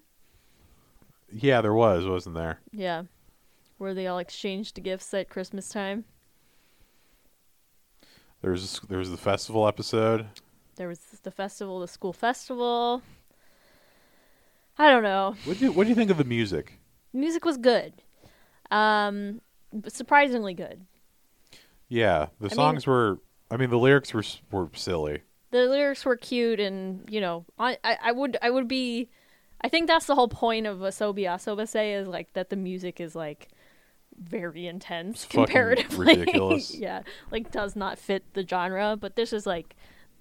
Speaker 1: Yeah, there was, wasn't there?
Speaker 2: Yeah. Where they all exchanged gifts at Christmas time.
Speaker 1: There was there was the festival episode.
Speaker 2: There was the festival, the school festival. I don't know.
Speaker 1: What do you, what do you think of the music?
Speaker 2: Music was good. Um, but surprisingly good.
Speaker 1: Yeah, the
Speaker 2: mean-
Speaker 1: songs were. I mean, the lyrics were s- were silly.
Speaker 2: The lyrics were cute, and you know, I, I, I would I would be, I think that's the whole point of Asobi Asobase is like that the music is like very intense
Speaker 1: It's fucking
Speaker 2: comparatively.
Speaker 1: ridiculous.
Speaker 2: yeah, like does not fit the genre. But this is like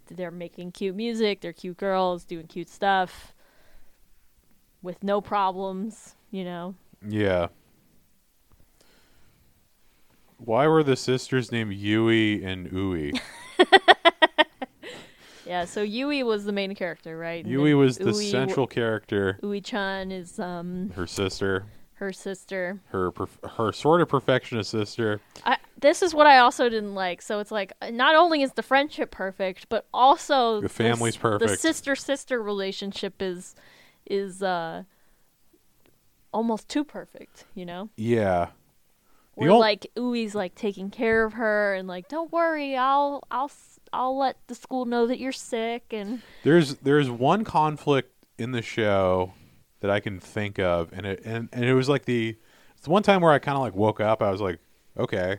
Speaker 2: they're making cute music. They're cute girls doing cute stuff with no problems. You know,
Speaker 1: Yeah. Why were the sisters named Yui and Ui?
Speaker 2: Yeah, so Yui was the main character, right? And
Speaker 1: Yui
Speaker 2: then
Speaker 1: was the
Speaker 2: Ui-
Speaker 1: central character.
Speaker 2: Ui-chan is um
Speaker 1: Her sister,
Speaker 2: her sister.
Speaker 1: her perf- her sort of perfectionist sister.
Speaker 2: I, this is what I also didn't like. So it's like uh, not only is the friendship perfect, but also
Speaker 1: The family's
Speaker 2: s- The
Speaker 1: perfect.
Speaker 2: sister sister relationship is is uh almost too perfect, you know?
Speaker 1: Yeah. The
Speaker 2: Where
Speaker 1: ol-
Speaker 2: like Ui's like taking care of her and like don't worry, I'll I'll s- I'll let the school know that you're sick and
Speaker 1: There's there's one conflict in the show that I can think of, and it and, and it was like the it's the one time where I kind of like woke up. I was like, okay,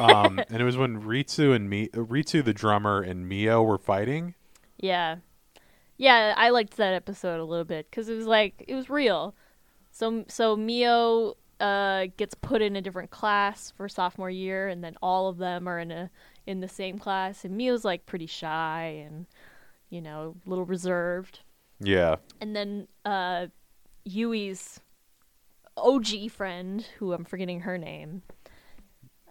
Speaker 1: um, and it was when Ritsu and me Ritsu the drummer and Mio were fighting.
Speaker 2: Yeah. Yeah, I liked that episode a little bit cuz it was like it was real. So so Mio uh gets put in a different class for sophomore year and then all of them are in a in the same class and Mio's like pretty shy and you know, a little reserved.
Speaker 1: Yeah,
Speaker 2: And then uh Yui's OG friend, who I'm forgetting her name,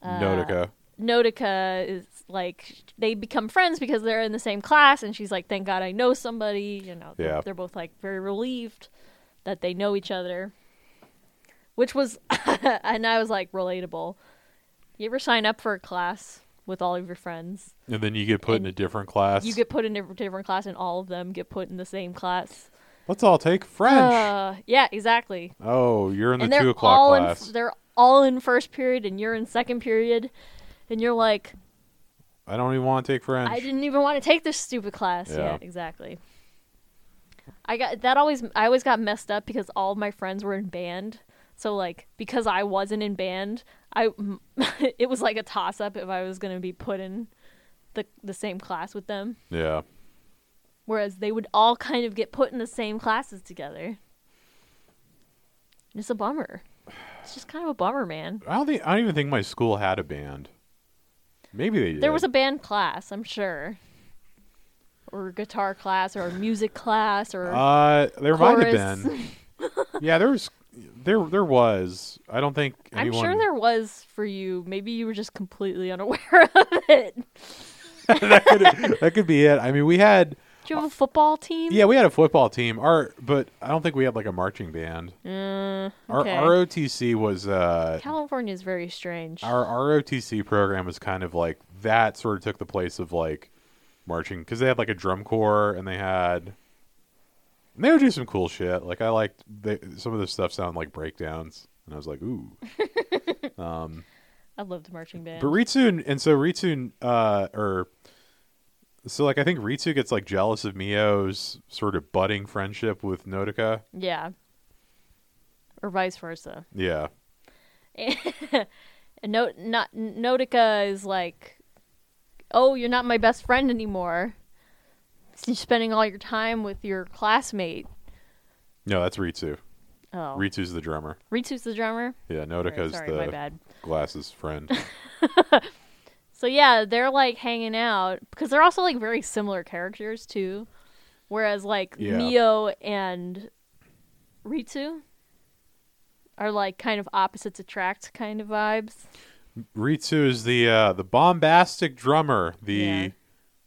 Speaker 2: Uh,
Speaker 1: Notica.
Speaker 2: Notica is like they become friends because they're in the same class, and she's like, "Thank God I know somebody." You know, they're,
Speaker 1: Yeah.
Speaker 2: they're both like very relieved that they know each other, which was, and I was like relatable. You ever sign up for a class with all of your friends?
Speaker 1: And then you get put in a different class.
Speaker 2: You get put in a different class, and all of them get put in the same class.
Speaker 1: Let's all take French.
Speaker 2: Uh, yeah, exactly.
Speaker 1: oh, you're in the
Speaker 2: and
Speaker 1: two
Speaker 2: they're
Speaker 1: o'clock
Speaker 2: all in,
Speaker 1: class.
Speaker 2: they're all in first period, and you're in second period, and you're like,
Speaker 1: I don't even want to take French.
Speaker 2: I didn't even want to take this stupid class. Yeah.
Speaker 1: Yeah.
Speaker 2: exactly. I got that always. I always got messed up because all my friends were in band. So like because I wasn't in band, I it was like a toss up if I was gonna be put in the the same class with them.
Speaker 1: Yeah,
Speaker 2: Whereas they would all kind of get put in the same classes together. And it's a bummer. It's just kind of a bummer, man.
Speaker 1: I don't think I don't even think my school had a band. Maybe they did.
Speaker 2: There was a band class, I'm sure. Or guitar class or music class or
Speaker 1: Uh, there might have
Speaker 2: chorus.
Speaker 1: been. yeah, there was. There, there was. I don't think
Speaker 2: I'm
Speaker 1: anyone.
Speaker 2: sure there was for you. Maybe you were just completely unaware of it. Did
Speaker 1: that, could, that could be it. I mean, we had.
Speaker 2: you have a football team?
Speaker 1: Uh, Yeah, we had a football team. Our, but I don't think we had like a marching band.
Speaker 2: Uh, okay.
Speaker 1: Our ROTC was. Uh,
Speaker 2: California is very strange.
Speaker 1: our ROTC program was kind of like that. Sort of took the place of like marching because they had like a drum corps and they had. And they would do some cool shit. Like I liked they, some of the stuff sounded like breakdowns, and I was like, ooh. um.
Speaker 2: I love the marching band.
Speaker 1: But Ritsu and, and so Ritsu uh, or So like I think Ritsu gets like jealous of Mio's sort of budding friendship with Nodoka.
Speaker 2: Yeah. Or vice versa.
Speaker 1: Yeah.
Speaker 2: And no, not Notica is like, oh, you're not my best friend anymore. You're spending all your time with your classmate.
Speaker 1: No, that's Ritsu.
Speaker 2: Oh,
Speaker 1: Ritsu's the drummer.
Speaker 2: Ritsu's the drummer.
Speaker 1: Yeah,
Speaker 2: Right,
Speaker 1: Nodoka's
Speaker 2: sorry, my
Speaker 1: the
Speaker 2: bad.
Speaker 1: glasses friend.
Speaker 2: So yeah, they're like hanging out because they're also like very similar characters too. Whereas like
Speaker 1: Yeah.
Speaker 2: Mio and Ritsu are like kind of opposites attract kind of vibes.
Speaker 1: Ritsu is the uh, the bombastic drummer, the
Speaker 2: Yeah.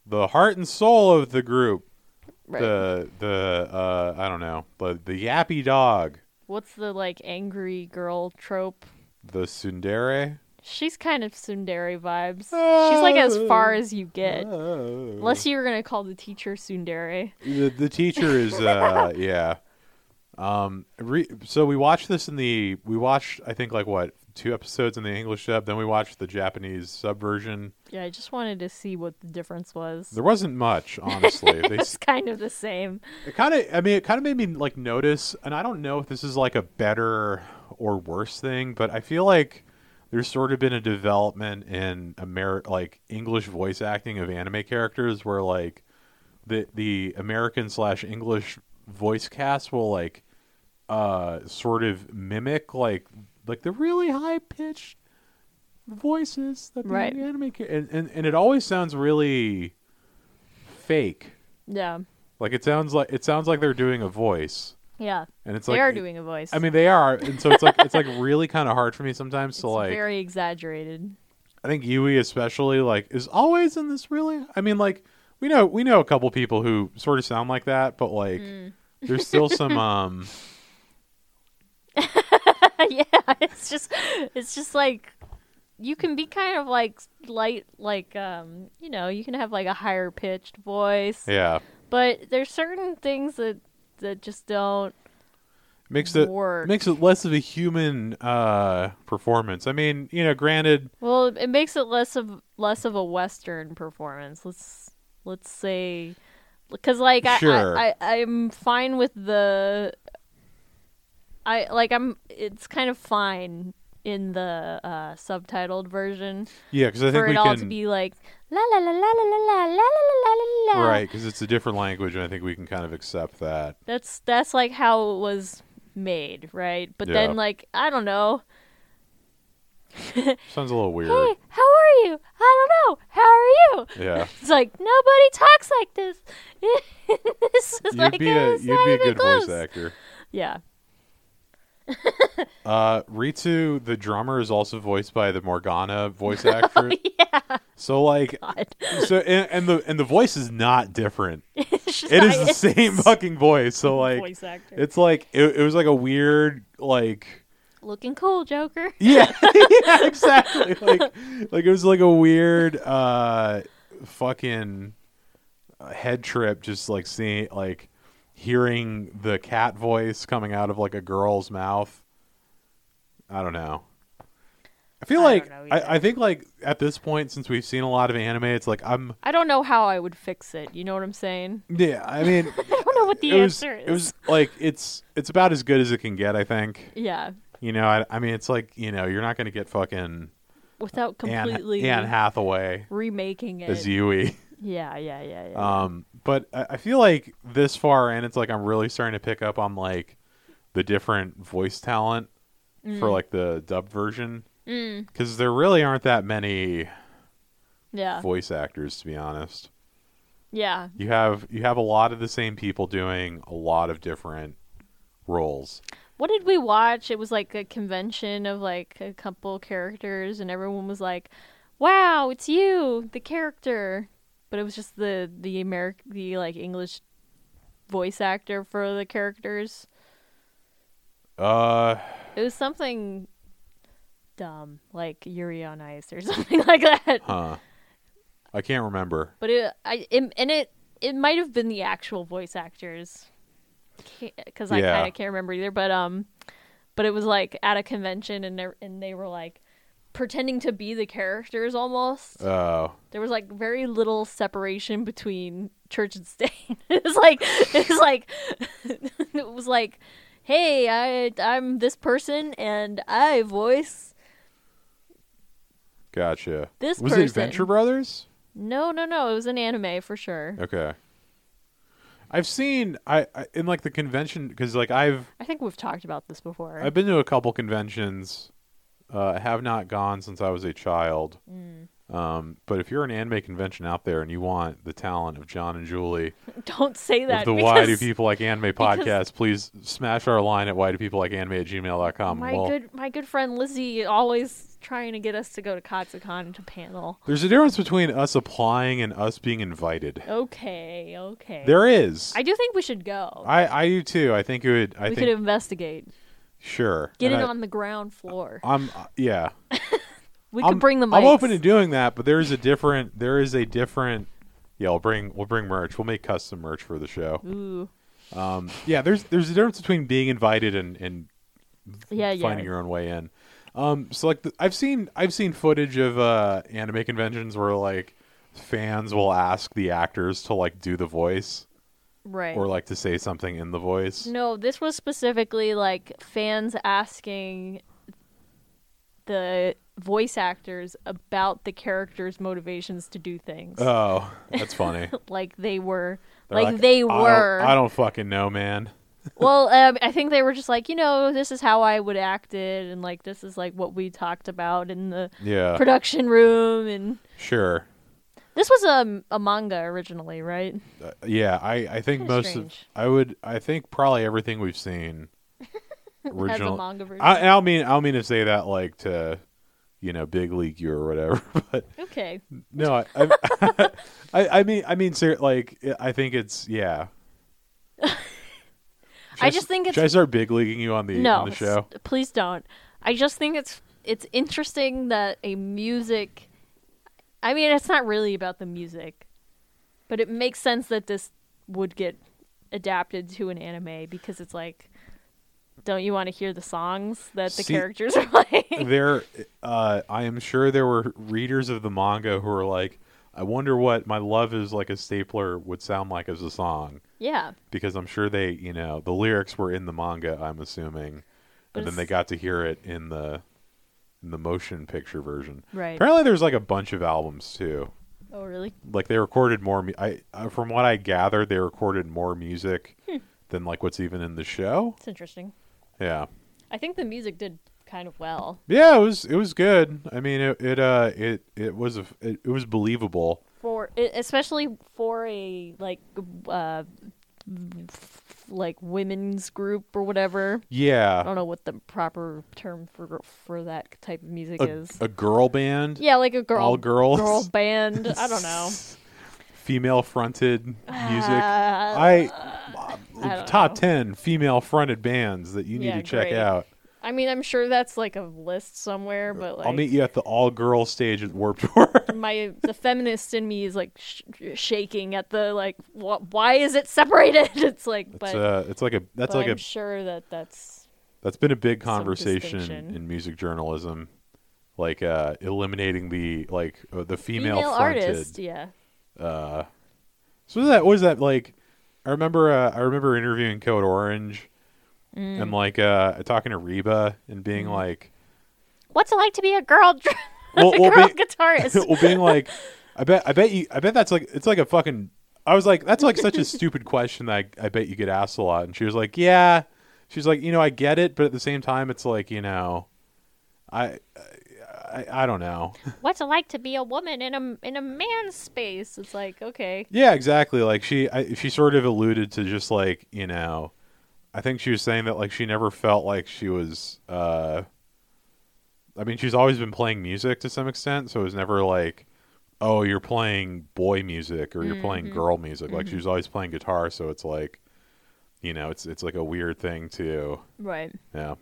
Speaker 1: the heart and soul of the group.
Speaker 2: Right.
Speaker 1: The the uh, I don't know, but the yappy dog,
Speaker 2: What's the like angry girl trope?
Speaker 1: the tsundere.
Speaker 2: She's kind of tsundere vibes. She's like as
Speaker 1: Ah.
Speaker 2: far as you get.
Speaker 1: Unless
Speaker 2: Unless you were gonna call the teacher tsundere.
Speaker 1: the, the teacher is uh, yeah. Um, re- so we watched this in the we watched I think like what two episodes in the English dub, then we watched the Japanese subversion.
Speaker 2: Yeah, I just wanted to see what the difference was.
Speaker 1: There wasn't much, honestly. they
Speaker 2: it's kind of the same.
Speaker 1: It kind of, I mean, it kind of made me like notice, and I don't know if this is like a better or worse thing, but I feel like there's sort of been a development in Amer like English voice acting of anime characters, where like the the American slash English voice cast will like uh sort of mimic like like the really high pitched voices that the
Speaker 2: Right.
Speaker 1: anime cha- and, and and it always sounds really fake.
Speaker 2: Yeah,
Speaker 1: Like it sounds like it sounds like they're doing a voice,
Speaker 2: yeah.
Speaker 1: and it's
Speaker 2: they
Speaker 1: like
Speaker 2: are doing a voice.
Speaker 1: I mean, they are, and so it's like it's like really kind of hard for me sometimes
Speaker 2: it's
Speaker 1: to like.
Speaker 2: very exaggerated.
Speaker 1: I think Yui especially like is always in this really. I mean, like we know we know a couple people who sort of sound like that, but like
Speaker 2: Hmm.
Speaker 1: there's still some um
Speaker 2: yeah, it's just it's just like you can be kind of like light, like um, you know, you can have like a higher pitched voice,
Speaker 1: yeah
Speaker 2: but there's certain things that that just don't.
Speaker 1: makes it
Speaker 2: Work.
Speaker 1: makes it less of a human uh performance. I mean, you know, granted,
Speaker 2: Well, it makes it less of less of a Western performance. Let's let's say, because like I,
Speaker 1: Sure.
Speaker 2: I, I I'm fine with the. I like I'm. It's kind of fine in the uh, subtitled version
Speaker 1: yeah, because I think
Speaker 2: for
Speaker 1: we
Speaker 2: it all
Speaker 1: can
Speaker 2: to be like la la la la la la la la la la la la.
Speaker 1: right because it's a different language, and I think we can kind of accept that.
Speaker 2: That's that's like how it was made, right? But
Speaker 1: Yeah.
Speaker 2: then like I don't know.
Speaker 1: Sounds a little weird.
Speaker 2: Hey, how are you? I don't know. How are you?
Speaker 1: Yeah.
Speaker 2: It's like nobody talks like this. this is like
Speaker 1: you'd be a
Speaker 2: it's
Speaker 1: you'd
Speaker 2: not
Speaker 1: be a
Speaker 2: even
Speaker 1: good
Speaker 2: close.
Speaker 1: voice actor.
Speaker 2: Yeah,
Speaker 1: Uh, Ritu, the drummer, is also voiced by the Morgana voice actor.
Speaker 2: Oh, yeah.
Speaker 1: So like,
Speaker 2: God.
Speaker 1: so and, and the and the voice is not different.
Speaker 2: It's just
Speaker 1: It
Speaker 2: not-
Speaker 1: is the same fucking voice. So like,
Speaker 2: voice actor.
Speaker 1: it's like it, it was like a weird like
Speaker 2: Looking cool, Joker.
Speaker 1: yeah, yeah exactly like like it was like a weird uh fucking uh, head trip just like seeing like hearing the cat voice coming out of like a girl's mouth i don't know i feel
Speaker 2: I
Speaker 1: like
Speaker 2: don't know either.
Speaker 1: I, I think like at this point since we've seen a lot of anime it's like i'm
Speaker 2: I don't know how I would fix it. You know what I'm saying?
Speaker 1: yeah i mean
Speaker 2: I don't know what the
Speaker 1: it was
Speaker 2: answer is.
Speaker 1: it was like it's it's about as good as it can get i think
Speaker 2: yeah,
Speaker 1: you know i, I mean it's like you know you're not gonna get fucking
Speaker 2: without
Speaker 1: Anne-
Speaker 2: completely
Speaker 1: Anne, Hathaway
Speaker 2: remaking it.
Speaker 1: as Yui.
Speaker 2: Yeah, yeah, yeah, yeah.
Speaker 1: Um, but I, I feel like this far in, it's like I'm really starting to pick up on like the different voice talent for like the dub version
Speaker 2: Mm,
Speaker 1: because there really aren't that many
Speaker 2: yeah,
Speaker 1: voice actors to be honest.
Speaker 2: yeah.
Speaker 1: You have you have a lot of the same people doing a lot of different roles.
Speaker 2: What did we watch? It was like a convention of like a couple characters, and everyone was like, "Wow, it's you, the character." But it was just the the American, the like English voice actor for the characters.
Speaker 1: Uh,
Speaker 2: It was something dumb, like Yuri on Ice or something like that.
Speaker 1: huh. I can't remember.
Speaker 2: But it, I, it, and it, it might have been the actual voice actors, because I
Speaker 1: Yeah.
Speaker 2: kind of can't remember either. But um, but it was like at a convention, and they and they were like, pretending to be the characters almost.
Speaker 1: Oh.
Speaker 2: there was like very little separation between church and state. it was like it was like it was like, hey, I I'm this person and I voice
Speaker 1: Gotcha.
Speaker 2: This
Speaker 1: was it
Speaker 2: person-
Speaker 1: Venture Brothers?
Speaker 2: no no no. It was an anime for sure.
Speaker 1: Okay. I've seen I, I in like the convention because like I've
Speaker 2: I think we've talked about this before.
Speaker 1: I've been to a couple conventions. Uh, have not gone since I was a child.
Speaker 2: Mm.
Speaker 1: Um, but if you're an anime convention out there and you want the talent of John and Julie
Speaker 2: Don't say
Speaker 1: of
Speaker 2: that.
Speaker 1: the Why
Speaker 2: because
Speaker 1: Do People Like Anime podcast, please smash our line at why do people like anime at gmail.com.
Speaker 2: My
Speaker 1: Um, Well,
Speaker 2: good my good friend Lizzie always trying to get us to go to Katsucon to panel.
Speaker 1: there's a difference between us applying and us being invited.
Speaker 2: Okay, okay.
Speaker 1: There is.
Speaker 2: I do think we should go.
Speaker 1: I, I do too. I think it would. I
Speaker 2: we
Speaker 1: think
Speaker 2: could investigate.
Speaker 1: sure.
Speaker 2: Get
Speaker 1: And
Speaker 2: it
Speaker 1: I-
Speaker 2: on the ground floor.
Speaker 1: I'm uh, yeah.
Speaker 2: we
Speaker 1: I'm,
Speaker 2: could bring the mics.
Speaker 1: I'm open to doing that, but there is a different. There is a different. Yeah, we'll bring we'll bring merch. We'll make custom merch for the show.
Speaker 2: Ooh.
Speaker 1: Um, yeah, there's there's a difference between being invited and and
Speaker 2: Yeah, yeah.
Speaker 1: finding your own way in. Um, so like the, I've seen I've seen footage of uh, anime conventions where like fans will ask the actors to like do the voice
Speaker 2: right.
Speaker 1: or like to say something in the voice.
Speaker 2: no, this was specifically like fans asking the voice actors about the characters' motivations to do things.
Speaker 1: Oh, that's funny.
Speaker 2: like they were
Speaker 1: They're
Speaker 2: like, they
Speaker 1: "I don't-
Speaker 2: were.
Speaker 1: I don't fucking know, man.
Speaker 2: well, um, I think they were just like, you know, this is how I would act it, and like this is like what we talked about in the
Speaker 1: Yeah,
Speaker 2: production room, and
Speaker 1: sure.
Speaker 2: this was a, a manga originally, right?
Speaker 1: Uh, yeah, I I think
Speaker 2: Kinda
Speaker 1: most of
Speaker 2: strange.
Speaker 1: I would I think probably everything we've seen
Speaker 2: As a
Speaker 1: original.
Speaker 2: manga version.
Speaker 1: I I don't mean I don't mean to say that like to you know big league you or whatever, but
Speaker 2: okay,
Speaker 1: no, I I, I, I mean I mean ser- like I think it's yeah. Should
Speaker 2: I
Speaker 1: s-
Speaker 2: just think it's-
Speaker 1: should I start big leaguing you on the
Speaker 2: no,
Speaker 1: on the show?
Speaker 2: s- please don't. I just think it's it's interesting that a music. I mean, it's not really about the music, but it makes sense that this would get adapted to an anime because it's like, don't you want to hear the songs that the
Speaker 1: See-
Speaker 2: characters are playing?
Speaker 1: there uh, i am sure there were readers of the manga who were like i wonder what my love is like a stapler would sound like as a song
Speaker 2: yeah,
Speaker 1: because i'm sure they you know the lyrics were in the manga i'm assuming
Speaker 2: But
Speaker 1: and then
Speaker 2: it's-
Speaker 1: they got to hear it in the in the motion picture version
Speaker 2: right.
Speaker 1: apparently there's like a bunch of albums too
Speaker 2: Oh, really?
Speaker 1: like they recorded more mu- i uh, from what i gathered they recorded more music
Speaker 2: Hmm.
Speaker 1: than like what's even in the show
Speaker 2: It's interesting.
Speaker 1: yeah
Speaker 2: I think the music did kind of well.
Speaker 1: Yeah, it was it was good. I mean, it it uh it it was a, it, it was believable.
Speaker 2: for e- especially for a like uh f- like women's group or whatever i
Speaker 1: Yeah,
Speaker 2: don't know what the proper term for for that type of music
Speaker 1: a,
Speaker 2: is
Speaker 1: a girl band,
Speaker 2: yeah like a girl
Speaker 1: all girls.
Speaker 2: girl band i don't know
Speaker 1: female fronted music.
Speaker 2: Uh,
Speaker 1: I, uh,
Speaker 2: I don't
Speaker 1: top
Speaker 2: know.
Speaker 1: ten female fronted bands that you need
Speaker 2: Yeah,
Speaker 1: to check
Speaker 2: great.
Speaker 1: out.
Speaker 2: i mean i'm sure that's like a list somewhere but like
Speaker 1: I'll meet you at the all girl stage at Warped Tour.
Speaker 2: my the feminist in me is like sh- shaking at the like wh- why is it separated it's like
Speaker 1: it's
Speaker 2: but,
Speaker 1: uh, it's like a that's
Speaker 2: but
Speaker 1: like
Speaker 2: i'm
Speaker 1: a
Speaker 2: sure that that's
Speaker 1: that's been a big
Speaker 2: some
Speaker 1: conversation in,
Speaker 2: distinction.
Speaker 1: in music journalism, like uh, eliminating the like uh, the female, fronted.
Speaker 2: artist yeah
Speaker 1: uh so was that what was that like i remember uh, i remember interviewing code orange
Speaker 2: Mm.
Speaker 1: and like uh talking to reba and being like
Speaker 2: what's it like to be a girl dr-
Speaker 1: well,
Speaker 2: a
Speaker 1: well,
Speaker 2: girl
Speaker 1: be-
Speaker 2: guitarist?
Speaker 1: well being like i bet i bet you i bet that's like it's like a fucking i was like that's like such a stupid question that I, I bet you get asked a lot and she was like yeah she's like you know i get it but at the same time it's like you know i i, I don't know
Speaker 2: What's it like to be a woman in a in a man's space? It's like okay,
Speaker 1: Yeah, exactly. Like she, I, she sort of alluded to just like you know, I think she was saying that like she never felt like she was. uh I mean, she's always been playing music to some extent, so it was never like, oh, you're playing boy music or you're
Speaker 2: Mm-hmm.
Speaker 1: playing girl music. Like she was always playing guitar, so it's like, you know, it's it's like a weird thing to
Speaker 2: right?
Speaker 1: yeah.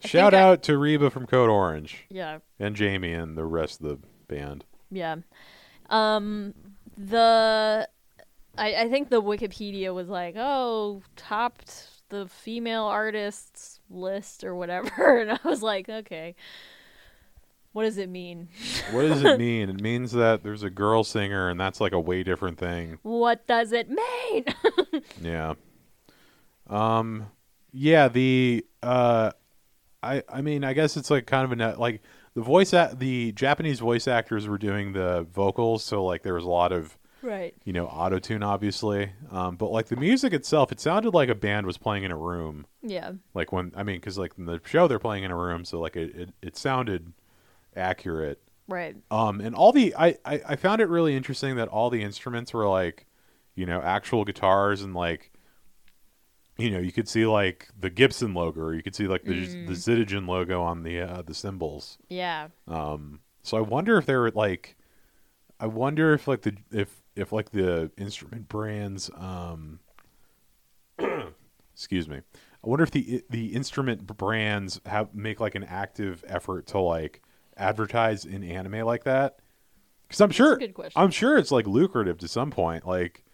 Speaker 1: Shout
Speaker 2: I-
Speaker 1: out to Reba from Code Orange
Speaker 2: Yeah,
Speaker 1: and Jamie and the rest of the band.
Speaker 2: yeah. Um, the I I think the Wikipedia was like, oh, topped the female artists list or whatever, and I was like, okay, What does it mean?
Speaker 1: What does it mean? It means that there's a girl singer, and that's like a way different thing.
Speaker 2: What does it mean?
Speaker 1: Yeah. Um. Yeah. The. Uh. I. I mean. I guess it's like kind of a net- like the voice. At, the Japanese voice actors were doing the vocals, so like there was a lot of
Speaker 2: right.
Speaker 1: you know auto tune, obviously. Um. But like the music itself, it sounded like a band was playing in a room.
Speaker 2: Yeah.
Speaker 1: Like when I mean, because like in the show they're playing in a room, so like it it, it sounded accurate.
Speaker 2: Right.
Speaker 1: Um, and all the I, I I found it really interesting that all the instruments were like, you know, actual guitars and like, you know, you could see like the Gibson logo, or you could see like the
Speaker 2: Mm.
Speaker 1: the Zitigen logo on the uh, the cymbals.
Speaker 2: Yeah.
Speaker 1: Um, so I wonder if they were like, I wonder if like the if if like the instrument brands, um, excuse me, I wonder if the the instrument brands have make like an active effort to like advertise in anime like that. Because I'm sure
Speaker 2: That's a good question.
Speaker 1: I'm sure it's like lucrative to some point. Like,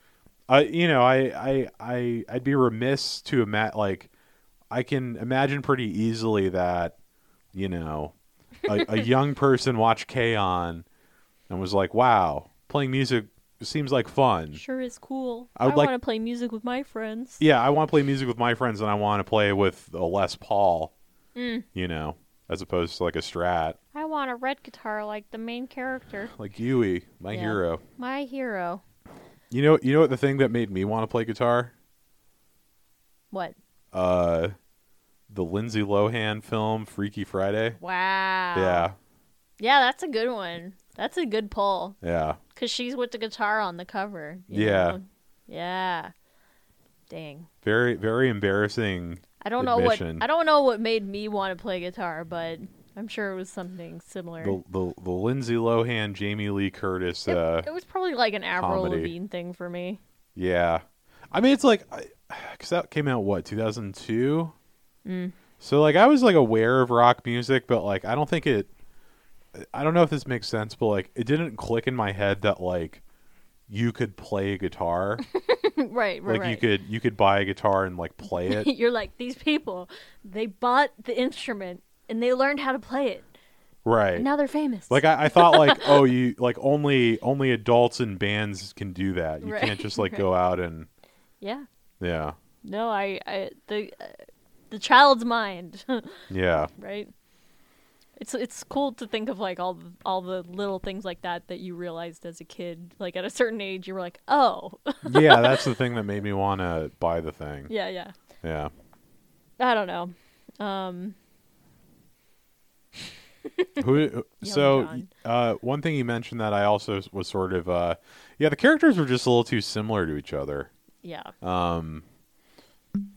Speaker 1: I you know I I I I'd be remiss to imagine like I can imagine pretty easily that you know a, a young person watched K on and was like, wow, playing music seems like fun.
Speaker 2: Sure is cool.
Speaker 1: I
Speaker 2: I,
Speaker 1: would like-
Speaker 2: want to play music with my friends.
Speaker 1: Yeah, I want to play music with my friends and I want to play with a Les Paul,
Speaker 2: Mm.
Speaker 1: you know, as opposed to like a Strat,
Speaker 2: I want a red guitar like the main character.
Speaker 1: like Yui, my
Speaker 2: Yeah.
Speaker 1: hero.
Speaker 2: My hero.
Speaker 1: You know, you know what the thing that made me want to play guitar?
Speaker 2: What?
Speaker 1: Uh, the Lindsay Lohan film Freaky Friday.
Speaker 2: Wow.
Speaker 1: Yeah,
Speaker 2: Yeah, that's a good one. That's a good pull.
Speaker 1: yeah.
Speaker 2: Cause she's with the guitar on the cover. you
Speaker 1: Yeah.
Speaker 2: know? Yeah. Dang.
Speaker 1: Very, very embarrassing.
Speaker 2: I don't know
Speaker 1: Admission.
Speaker 2: what I don't know what made me want to play guitar, but I'm sure it was something similar.
Speaker 1: The the, the Lindsay Lohan, Jamie Lee Curtis.
Speaker 2: It-
Speaker 1: Uh,
Speaker 2: it, was probably like an Avril
Speaker 1: comedy.
Speaker 2: Lavigne thing for me.
Speaker 1: Yeah, I mean it's like because that came out what 2002.
Speaker 2: Mm.
Speaker 1: So like I was like aware of rock music, but like I don't think it. I don't know if this makes sense, but like it didn't click in my head that like you could play a guitar,
Speaker 2: right, right,
Speaker 1: like
Speaker 2: right.
Speaker 1: you could you could buy a guitar and like play it.
Speaker 2: You're like these people. They bought the instrument and they learned how to play it.
Speaker 1: right.
Speaker 2: And now they're famous.
Speaker 1: Like I, I thought, like oh, you like only only adults and bands can do that. You
Speaker 2: Right,
Speaker 1: can't just like go out and
Speaker 2: yeah.
Speaker 1: yeah,
Speaker 2: No, I, I the uh, the child's mind,
Speaker 1: yeah,
Speaker 2: right? It's it's cool to think of like all the, all the little things like that that you realized as a kid. Like at a certain age, you were like, oh,
Speaker 1: yeah. That's the thing that made me want to buy the thing.
Speaker 2: yeah, yeah.
Speaker 1: yeah.
Speaker 2: I don't know. Um,
Speaker 1: Who? so,
Speaker 2: John.
Speaker 1: uh, one thing you mentioned that I also s- was sort of, uh, yeah, the characters were just a little too similar to each other.
Speaker 2: yeah,
Speaker 1: Um,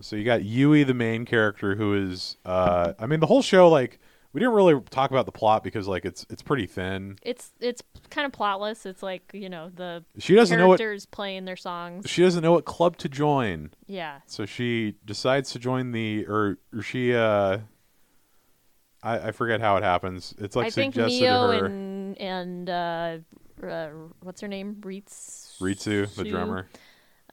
Speaker 1: so you got Yui, the main character, who is, uh, I mean, the whole show, like, we didn't really talk about the plot because, like, it's it's pretty thin.
Speaker 2: it's it's kind of plotless. It's like you know the
Speaker 1: She doesn't know what
Speaker 2: characters playing their songs.
Speaker 1: she doesn't know what club to join,
Speaker 2: Yeah,
Speaker 1: so she decides to join the or, or she, uh, I, I forget how it happens. It's like
Speaker 2: I think
Speaker 1: suggested
Speaker 2: Neo
Speaker 1: to her.
Speaker 2: and and uh, uh, what's her name, Reets
Speaker 1: Ritsu, the
Speaker 2: Sue,
Speaker 1: drummer.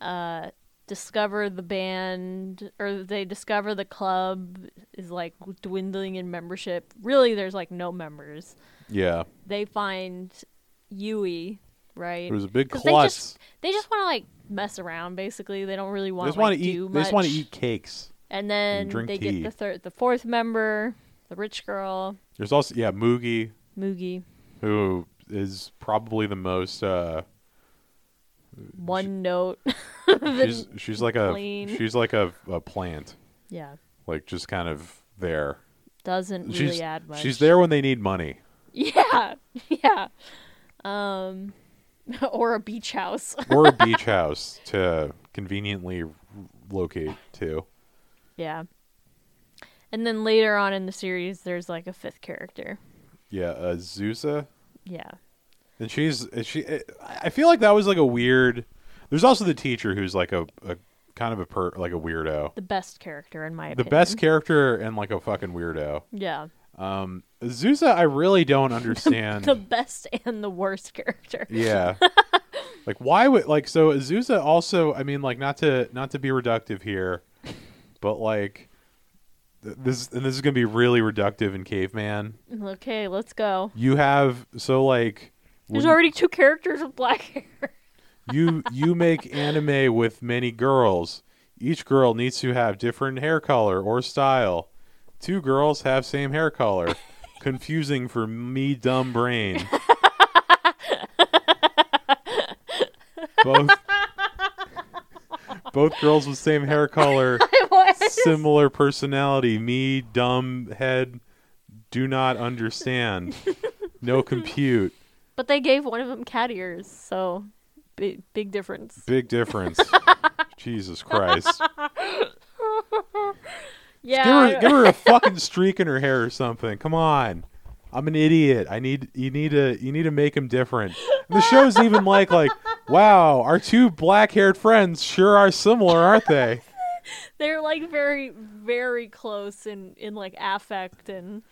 Speaker 2: uh, discover the band or they discover the club is like dwindling in membership. Really, there's like no members.
Speaker 1: Yeah.
Speaker 2: They find Yui, right?
Speaker 1: It was a big
Speaker 2: 'Cause
Speaker 1: klutz.
Speaker 2: They just, they just want to like mess around, basically. They don't really
Speaker 1: they
Speaker 2: want
Speaker 1: just
Speaker 2: to
Speaker 1: want
Speaker 2: like,
Speaker 1: to eat.
Speaker 2: do much.
Speaker 1: They just want to eat cakes.
Speaker 2: And then
Speaker 1: and drink
Speaker 2: they
Speaker 1: tea.
Speaker 2: get the third, the fourth member, the rich girl,
Speaker 1: There's also yeah, Moogie,
Speaker 2: Moogie,
Speaker 1: who is probably the most. uh
Speaker 2: one note.
Speaker 1: She's she's like a
Speaker 2: clean.
Speaker 1: she's like a, a plant,
Speaker 2: yeah,
Speaker 1: like just kind of there.
Speaker 2: doesn't really
Speaker 1: she's
Speaker 2: add much.
Speaker 1: she's there when they need money.
Speaker 2: Yeah, yeah. Um, or a beach house.
Speaker 1: or a beach house to conveniently locate to.
Speaker 2: yeah. And then later on in the series, there's like a fifth character.
Speaker 1: Yeah, uh, Zusa,
Speaker 2: Yeah.
Speaker 1: and she's is she. eh, I feel like that was like a weird. There's also the teacher who's like a, a kind of a per like a weirdo.
Speaker 2: The best character, in my
Speaker 1: the
Speaker 2: opinion.
Speaker 1: best character and like a fucking weirdo.
Speaker 2: Yeah.
Speaker 1: Um, Zusa, I really don't understand.
Speaker 2: The best and the worst character.
Speaker 1: yeah, like why would like so Zusa also? I mean, like not to not to be reductive here, but like th- this and this is gonna be really reductive in caveman.
Speaker 2: Okay, let's go.
Speaker 1: You have so like
Speaker 2: There's
Speaker 1: when
Speaker 2: already two characters with black hair.
Speaker 1: you you make anime with many girls. Each girl needs to have different hair color or style. Two girls have same hair color. Confusing for me dumb brain. both both girls with same hair color. similar personality. Me, dumb head, do not understand. no compute.
Speaker 2: but they gave one of them cat ears, so big, big difference.
Speaker 1: Big difference. Jesus Christ.
Speaker 2: Yeah.
Speaker 1: Give
Speaker 2: I
Speaker 1: her,
Speaker 2: don't-
Speaker 1: give her a fucking streak in her hair or something. Come on. I'm an idiot. I need you need to you need to make him different. And the show's even like like, wow, our two black-haired friends sure are similar, aren't they?
Speaker 2: They're like very, very close in in like affect and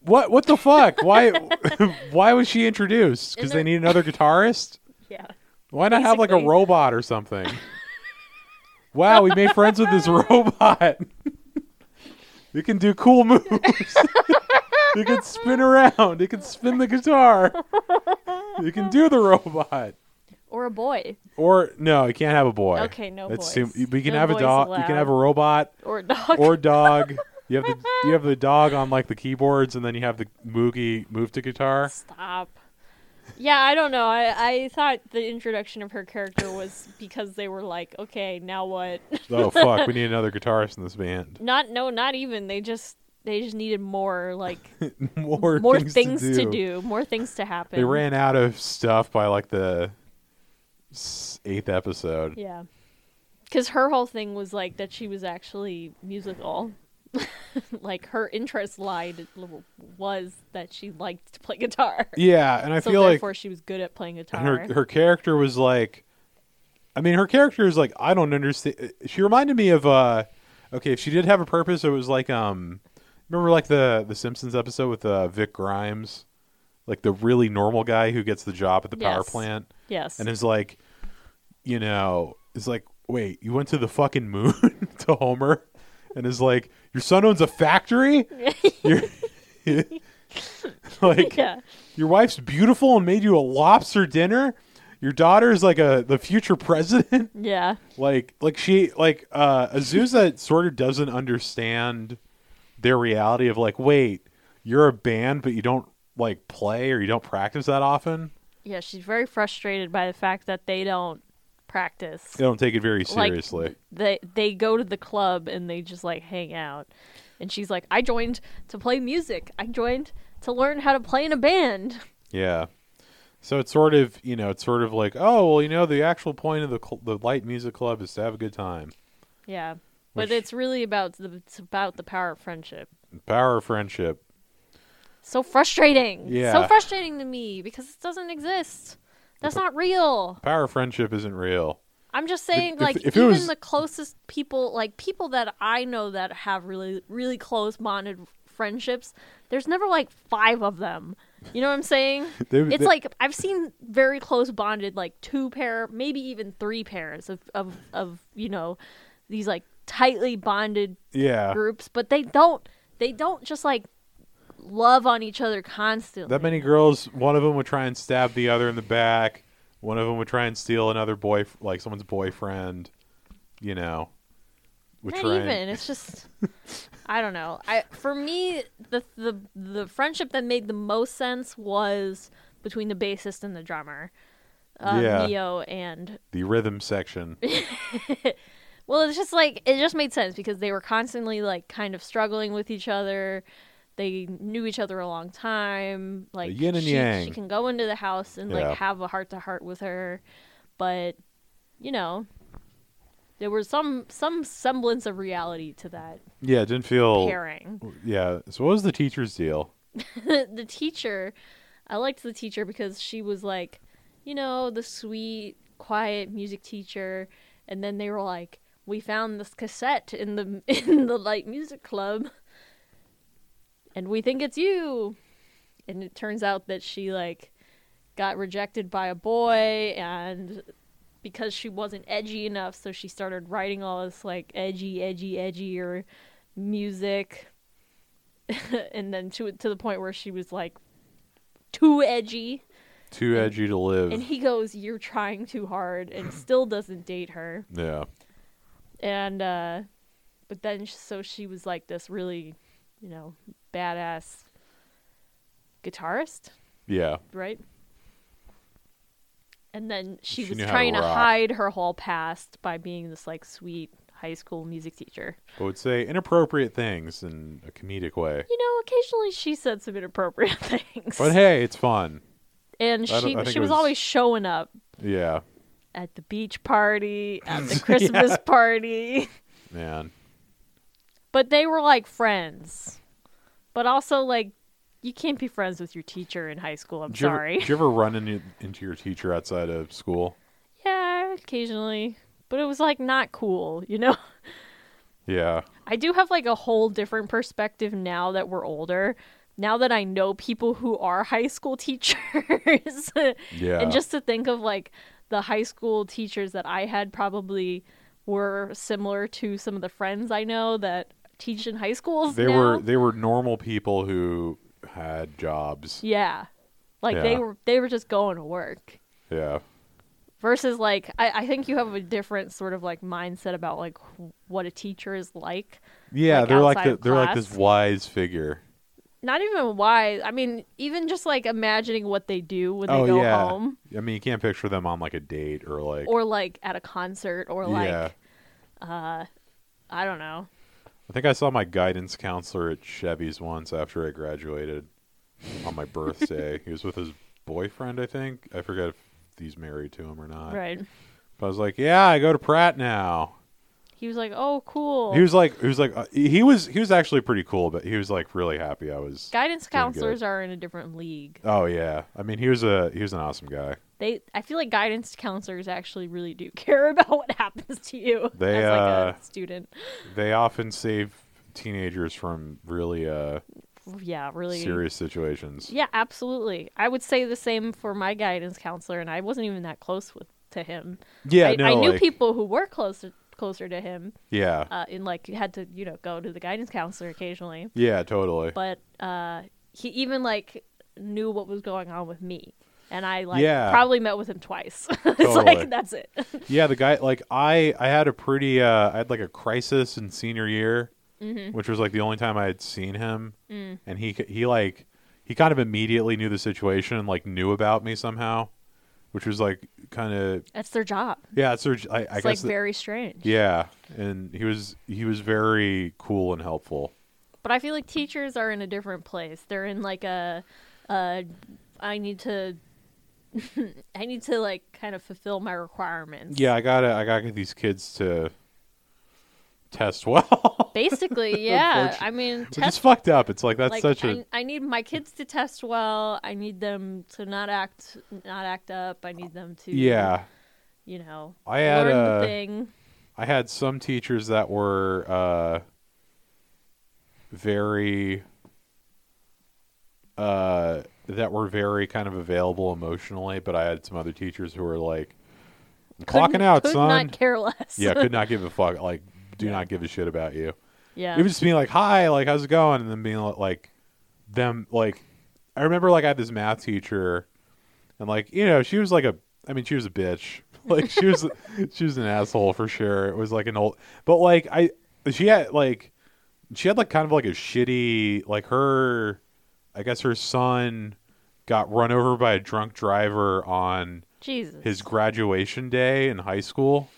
Speaker 1: What what the fuck? Why why was she introduced?
Speaker 2: And
Speaker 1: Because
Speaker 2: they're-
Speaker 1: they need another guitarist?
Speaker 2: yeah.
Speaker 1: Why not have like a
Speaker 2: Basically.
Speaker 1: robot or something? wow, we made friends with this robot. it can do cool moves. it can spin around. It can spin the guitar. It can do the robot.
Speaker 2: Or a boy
Speaker 1: Or no, you can't have a boy.
Speaker 2: Okay, no
Speaker 1: That's
Speaker 2: boys.
Speaker 1: Too, we can
Speaker 2: No
Speaker 1: have a
Speaker 2: boys
Speaker 1: dog. You can
Speaker 2: allowed.
Speaker 1: have a robot
Speaker 2: or a dog.
Speaker 1: or a dog. You have the you have the dog on like the keyboards, and then you have the Moogie move to guitar.
Speaker 2: Stop. Yeah, I don't know. I, I thought the introduction of her character was because they were like, okay, now what?
Speaker 1: Oh fuck, we need another guitarist in this band.
Speaker 2: Not no, not even. They just they just needed more like
Speaker 1: More
Speaker 2: more
Speaker 1: things,
Speaker 2: things, to, do. more things to happen.
Speaker 1: They ran out of stuff by like the s- eighth episode.
Speaker 2: Yeah. Cuz her whole thing was like that she was actually musical. like her interest lied was that she liked to play guitar.
Speaker 1: Yeah, and I
Speaker 2: so
Speaker 1: feel like
Speaker 2: therefore she was good at playing guitar.
Speaker 1: and her her character was like, I mean, her character is like I don't understand. She reminded me of uh, okay, if she did have a purpose, it was like um, remember like the the Simpsons episode with uh Vic Grimes, like the really normal guy who gets the job at the power
Speaker 2: Yes.
Speaker 1: plant.
Speaker 2: yes.
Speaker 1: and is like, you know, is like, wait, you went to the fucking moon to Homer, and is like, your son owns a factory. You're, like,
Speaker 2: yeah.
Speaker 1: your wife's beautiful and made you a lobster dinner. Your daughter is like a the future president.
Speaker 2: Yeah.
Speaker 1: like, like she, like uh, Azusa sort of doesn't understand their reality of like, wait, you're a band, but you don't like play or you don't practice that often.
Speaker 2: Yeah, she's very frustrated by the fact that they don't practice.
Speaker 1: They don't take it very
Speaker 2: Like,
Speaker 1: seriously.
Speaker 2: they they go to the club and they just like hang out. And she's like, "I joined to play music. I joined to learn how to play in a band."
Speaker 1: Yeah. So it's sort of, you know, it's sort of like, oh, well, you know, the actual point of the cl- the light music club is to have a good time.
Speaker 2: Yeah. But
Speaker 1: Which-
Speaker 2: it's really about the it's about the power of friendship.
Speaker 1: Power of friendship.
Speaker 2: So frustrating.
Speaker 1: Yeah.
Speaker 2: So frustrating to me because it doesn't exist. That's not real.
Speaker 1: Power of friendship isn't real.
Speaker 2: I'm just saying,
Speaker 1: if-
Speaker 2: like,
Speaker 1: if it
Speaker 2: even
Speaker 1: was-
Speaker 2: the closest people, like people that I know that have really, really close bonded friendships, there's never like five of them. You know what I'm saying?
Speaker 1: They-
Speaker 2: it's
Speaker 1: they-
Speaker 2: like I've seen very close bonded, like two pair, maybe even three pairs of of of you know these like tightly bonded
Speaker 1: yeah,
Speaker 2: groups, but they don't they don't just like love on each other constantly.
Speaker 1: that many girls. One of them would try and stab the other in the back. One of them would try and steal another boy, like someone's boyfriend. You know, would
Speaker 2: Not
Speaker 1: try and-
Speaker 2: even. It's just I don't know. I for me the the the friendship that made the most sense was between the bassist and the drummer. Uh,
Speaker 1: Yeah.
Speaker 2: Neo and
Speaker 1: the rhythm section.
Speaker 2: well, it's just like it just made sense because they were constantly like kind of struggling with each other. They knew each other a long time. Like
Speaker 1: yin and
Speaker 2: she,
Speaker 1: yang.
Speaker 2: she can go into the house and
Speaker 1: Yeah.
Speaker 2: like have a heart to heart with her, but you know, there was some some semblance of reality to that
Speaker 1: yeah, it didn't feel.
Speaker 2: pairing.
Speaker 1: Yeah. So what was the teacher's deal?
Speaker 2: the teacher i liked the teacher because she was like you know the sweet quiet music teacher and then they were like we found this cassette in the in the light music club and we think it's you and it turns out that she like got rejected by a boy and because she wasn't edgy enough so she started writing all this like edgy edgy edgier music and then to to the point where she was like too edgy,
Speaker 1: Too edgy to live.
Speaker 2: and he goes, "You're trying too hard," and still doesn't date her.
Speaker 1: yeah.
Speaker 2: And uh, but then sh- so she was like this really, you know, badass guitarist,
Speaker 1: Yeah.
Speaker 2: right? And then she,
Speaker 1: She
Speaker 2: was
Speaker 1: knew how to
Speaker 2: trying to
Speaker 1: rock.
Speaker 2: hide her whole past by being this like sweet high school music teacher.
Speaker 1: I would say inappropriate things in a comedic way.
Speaker 2: You know, occasionally she said some inappropriate things.
Speaker 1: But hey, it's fun.
Speaker 2: and
Speaker 1: I don't- I
Speaker 2: she
Speaker 1: think
Speaker 2: she
Speaker 1: it
Speaker 2: was,
Speaker 1: was-
Speaker 2: always showing up
Speaker 1: Yeah.
Speaker 2: at the beach party, at the Christmas party.
Speaker 1: Man.
Speaker 2: But they were like friends. But also like you can't be friends with your teacher in high school, I'm
Speaker 1: Did you ever-
Speaker 2: sorry.
Speaker 1: did you ever run into, into your teacher outside of school?
Speaker 2: yeah, occasionally. But it was like not cool, you know?
Speaker 1: Yeah.
Speaker 2: I do have like a whole different perspective now that we're older. Now that I know people who are high school teachers,
Speaker 1: Yeah.
Speaker 2: and just to think of like the high school teachers that I had probably were similar to some of the friends I know that teach in high schools.
Speaker 1: they
Speaker 2: now.
Speaker 1: were they were normal people who had jobs.
Speaker 2: yeah, like they
Speaker 1: Yeah.
Speaker 2: were they were just going to work.
Speaker 1: Yeah.
Speaker 2: Versus like I, I think you have a different sort of like mindset about like wh- what a teacher is like.
Speaker 1: Yeah,
Speaker 2: Like
Speaker 1: they're like
Speaker 2: outside
Speaker 1: the,
Speaker 2: of
Speaker 1: they're like this
Speaker 2: class?
Speaker 1: wise figure.
Speaker 2: Not even wise. I mean, even just like imagining what they do when they
Speaker 1: oh
Speaker 2: go
Speaker 1: yeah.
Speaker 2: home.
Speaker 1: I mean, you can't picture them on like a date or like
Speaker 2: or like at a concert or like
Speaker 1: Yeah.
Speaker 2: uh I don't know.
Speaker 1: I think I saw my guidance counselor at Chevy's once after I graduated on my birthday. he was with his boyfriend, I think. I forget if he's married to him or not.
Speaker 2: Right.
Speaker 1: But I was like, "Yeah, I go to Pratt now."
Speaker 2: He was like, "Oh, cool."
Speaker 1: He was like, he was like, uh, he was he was actually pretty cool, but he was like really happy I was.
Speaker 2: Guidance
Speaker 1: Doing good.
Speaker 2: counselors are in a different league.
Speaker 1: Oh yeah, I mean, he was a he was an awesome guy.
Speaker 2: They I feel like guidance counselors actually really do care about what happens to you
Speaker 1: They,
Speaker 2: as like
Speaker 1: uh,
Speaker 2: a student.
Speaker 1: They often save teenagers from really uh
Speaker 2: Yeah, really.
Speaker 1: serious situations.
Speaker 2: Yeah, absolutely. I would say the same for my guidance counselor and I wasn't even that close with to him.
Speaker 1: Yeah,
Speaker 2: I,
Speaker 1: no,
Speaker 2: I knew
Speaker 1: like-
Speaker 2: people who were closer closer to him
Speaker 1: Yeah,
Speaker 2: uh, and like had to, you know, go to the guidance counselor occasionally.
Speaker 1: yeah, totally.
Speaker 2: but uh, he even like knew what was going on with me, and I like
Speaker 1: Yeah.
Speaker 2: probably met with him twice. it's
Speaker 1: Totally.
Speaker 2: like that's it.
Speaker 1: Yeah, the guy like I I had a pretty uh I had like a crisis in senior year,
Speaker 2: Mm-hmm.
Speaker 1: which was like the only time I had seen him,
Speaker 2: Mm.
Speaker 1: and he he like he kind of immediately knew the situation and like knew about me somehow, which was like kind of
Speaker 2: that's their job.
Speaker 1: yeah. It's sort of- I, I
Speaker 2: It's
Speaker 1: guess
Speaker 2: like
Speaker 1: that-
Speaker 2: very strange.
Speaker 1: yeah, and he was he was very cool and helpful.
Speaker 2: But I feel like teachers are in a different place. They're in like a, a I need to. I need to like kind of fulfill my requirements.
Speaker 1: Yeah, I gotta I gotta get these kids to test well,
Speaker 2: Basically, yeah. I mean,
Speaker 1: which is
Speaker 2: test
Speaker 1: fucked up. It's like that's
Speaker 2: like
Speaker 1: such
Speaker 2: I
Speaker 1: a
Speaker 2: I need my kids to test well. I need them to not act not act up. I need them to
Speaker 1: yeah.
Speaker 2: you know,
Speaker 1: I had
Speaker 2: learn
Speaker 1: a-
Speaker 2: the thing.
Speaker 1: I had some teachers that were uh, very uh, that were very kind of available emotionally, but I had some other teachers who were like "I'm
Speaker 2: Couldn't-
Speaker 1: clocking out,
Speaker 2: could
Speaker 1: son.
Speaker 2: Not care less.
Speaker 1: yeah, could not give a fuck. Like, do
Speaker 2: Yeah.
Speaker 1: not give a shit about you.
Speaker 2: yeah.
Speaker 1: It was just being like, "Hi, like, how's it going?" and then being like, "Them like." I remember like I had this math teacher, and like you know she was like a, I mean she was a bitch. Like she was she was an asshole for sure. It was like an old, but like I she had like she had like kind of like a shitty like her, I guess her son got run over by a drunk driver on
Speaker 2: Jesus.
Speaker 1: his graduation day in high school.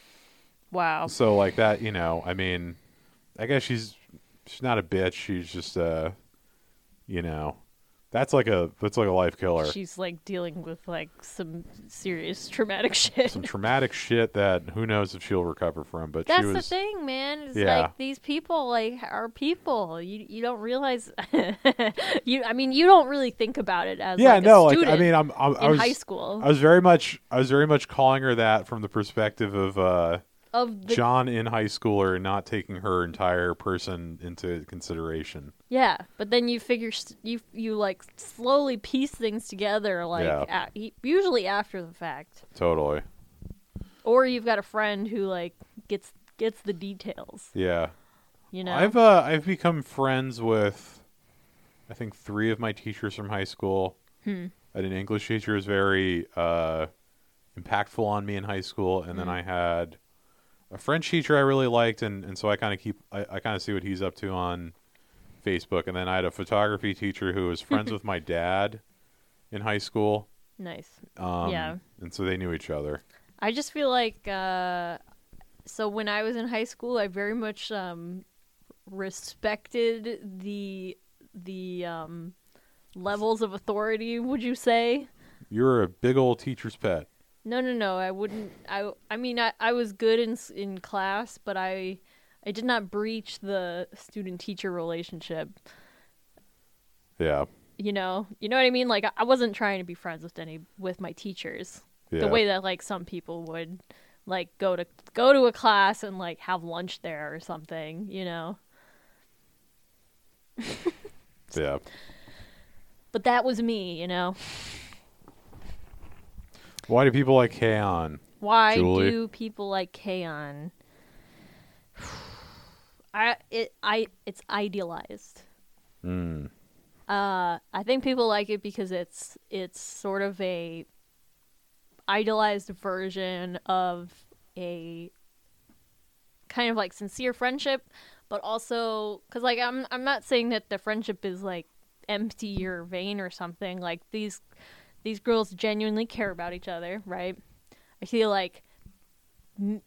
Speaker 2: wow.
Speaker 1: So like that, you know, I mean, I guess she's she's not a bitch. She's just uh, you know, that's like a that's like a life killer.
Speaker 2: She's like dealing with like some serious traumatic shit.
Speaker 1: Some traumatic shit that who knows if she'll recover from. But
Speaker 2: That's
Speaker 1: she was
Speaker 2: the thing, man. It's
Speaker 1: Yeah.
Speaker 2: like these people like are people. You you don't realize you I mean you don't really think about it as
Speaker 1: yeah,
Speaker 2: like, a
Speaker 1: no, like I
Speaker 2: student
Speaker 1: mean, I'm, I'm I
Speaker 2: in
Speaker 1: was
Speaker 2: high school
Speaker 1: I was very much I was very much calling her that from the perspective of uh,
Speaker 2: of the
Speaker 1: John in high schooler and not taking her entire person into consideration.
Speaker 2: Yeah, but then you figure s- you you like slowly piece things together like
Speaker 1: Yeah.
Speaker 2: a, e, usually after the fact.
Speaker 1: Totally,
Speaker 2: or you've got a friend who like gets gets the details
Speaker 1: yeah.
Speaker 2: you know
Speaker 1: I've uh, I've become friends with I think three of my teachers from high school.
Speaker 2: Hmm.
Speaker 1: I had an English teacher who was very uh, impactful on me in high school, and then
Speaker 2: Hmm.
Speaker 1: I had a French teacher I really liked, and, and so I kind of keep I, I kind of see what he's up to on Facebook, and then I had a photography teacher who was friends with my dad in high school.
Speaker 2: Nice.
Speaker 1: Um,
Speaker 2: Yeah.
Speaker 1: and so they knew each other.
Speaker 2: I just feel like uh, so when I was in high school, I very much um, respected the the um, levels of authority. Would you say?
Speaker 1: You were a big old teacher's pet.
Speaker 2: No, no, no. I wouldn't. I I mean, I, I was good in s- in class, but I I did not breach the student teacher relationship.
Speaker 1: Yeah,
Speaker 2: You know, you know what I mean. Like I- I wasn't trying to be friends with any with my teachers.
Speaker 1: yeah.
Speaker 2: the way that like some people would like go to go to a class and like have lunch there or something you know
Speaker 1: yeah.
Speaker 2: but that was me you know
Speaker 1: Why do people like Kaon?
Speaker 2: why
Speaker 1: Julie?
Speaker 2: do people like kaon i it i it's idealized
Speaker 1: Mm.
Speaker 2: uh i think people like it because it's it's sort of a idealized version of a kind of like sincere friendship, but also because like I'm I'm not saying that the friendship is like empty or vain or something. Like these these girls genuinely care about each other, right? I feel like m-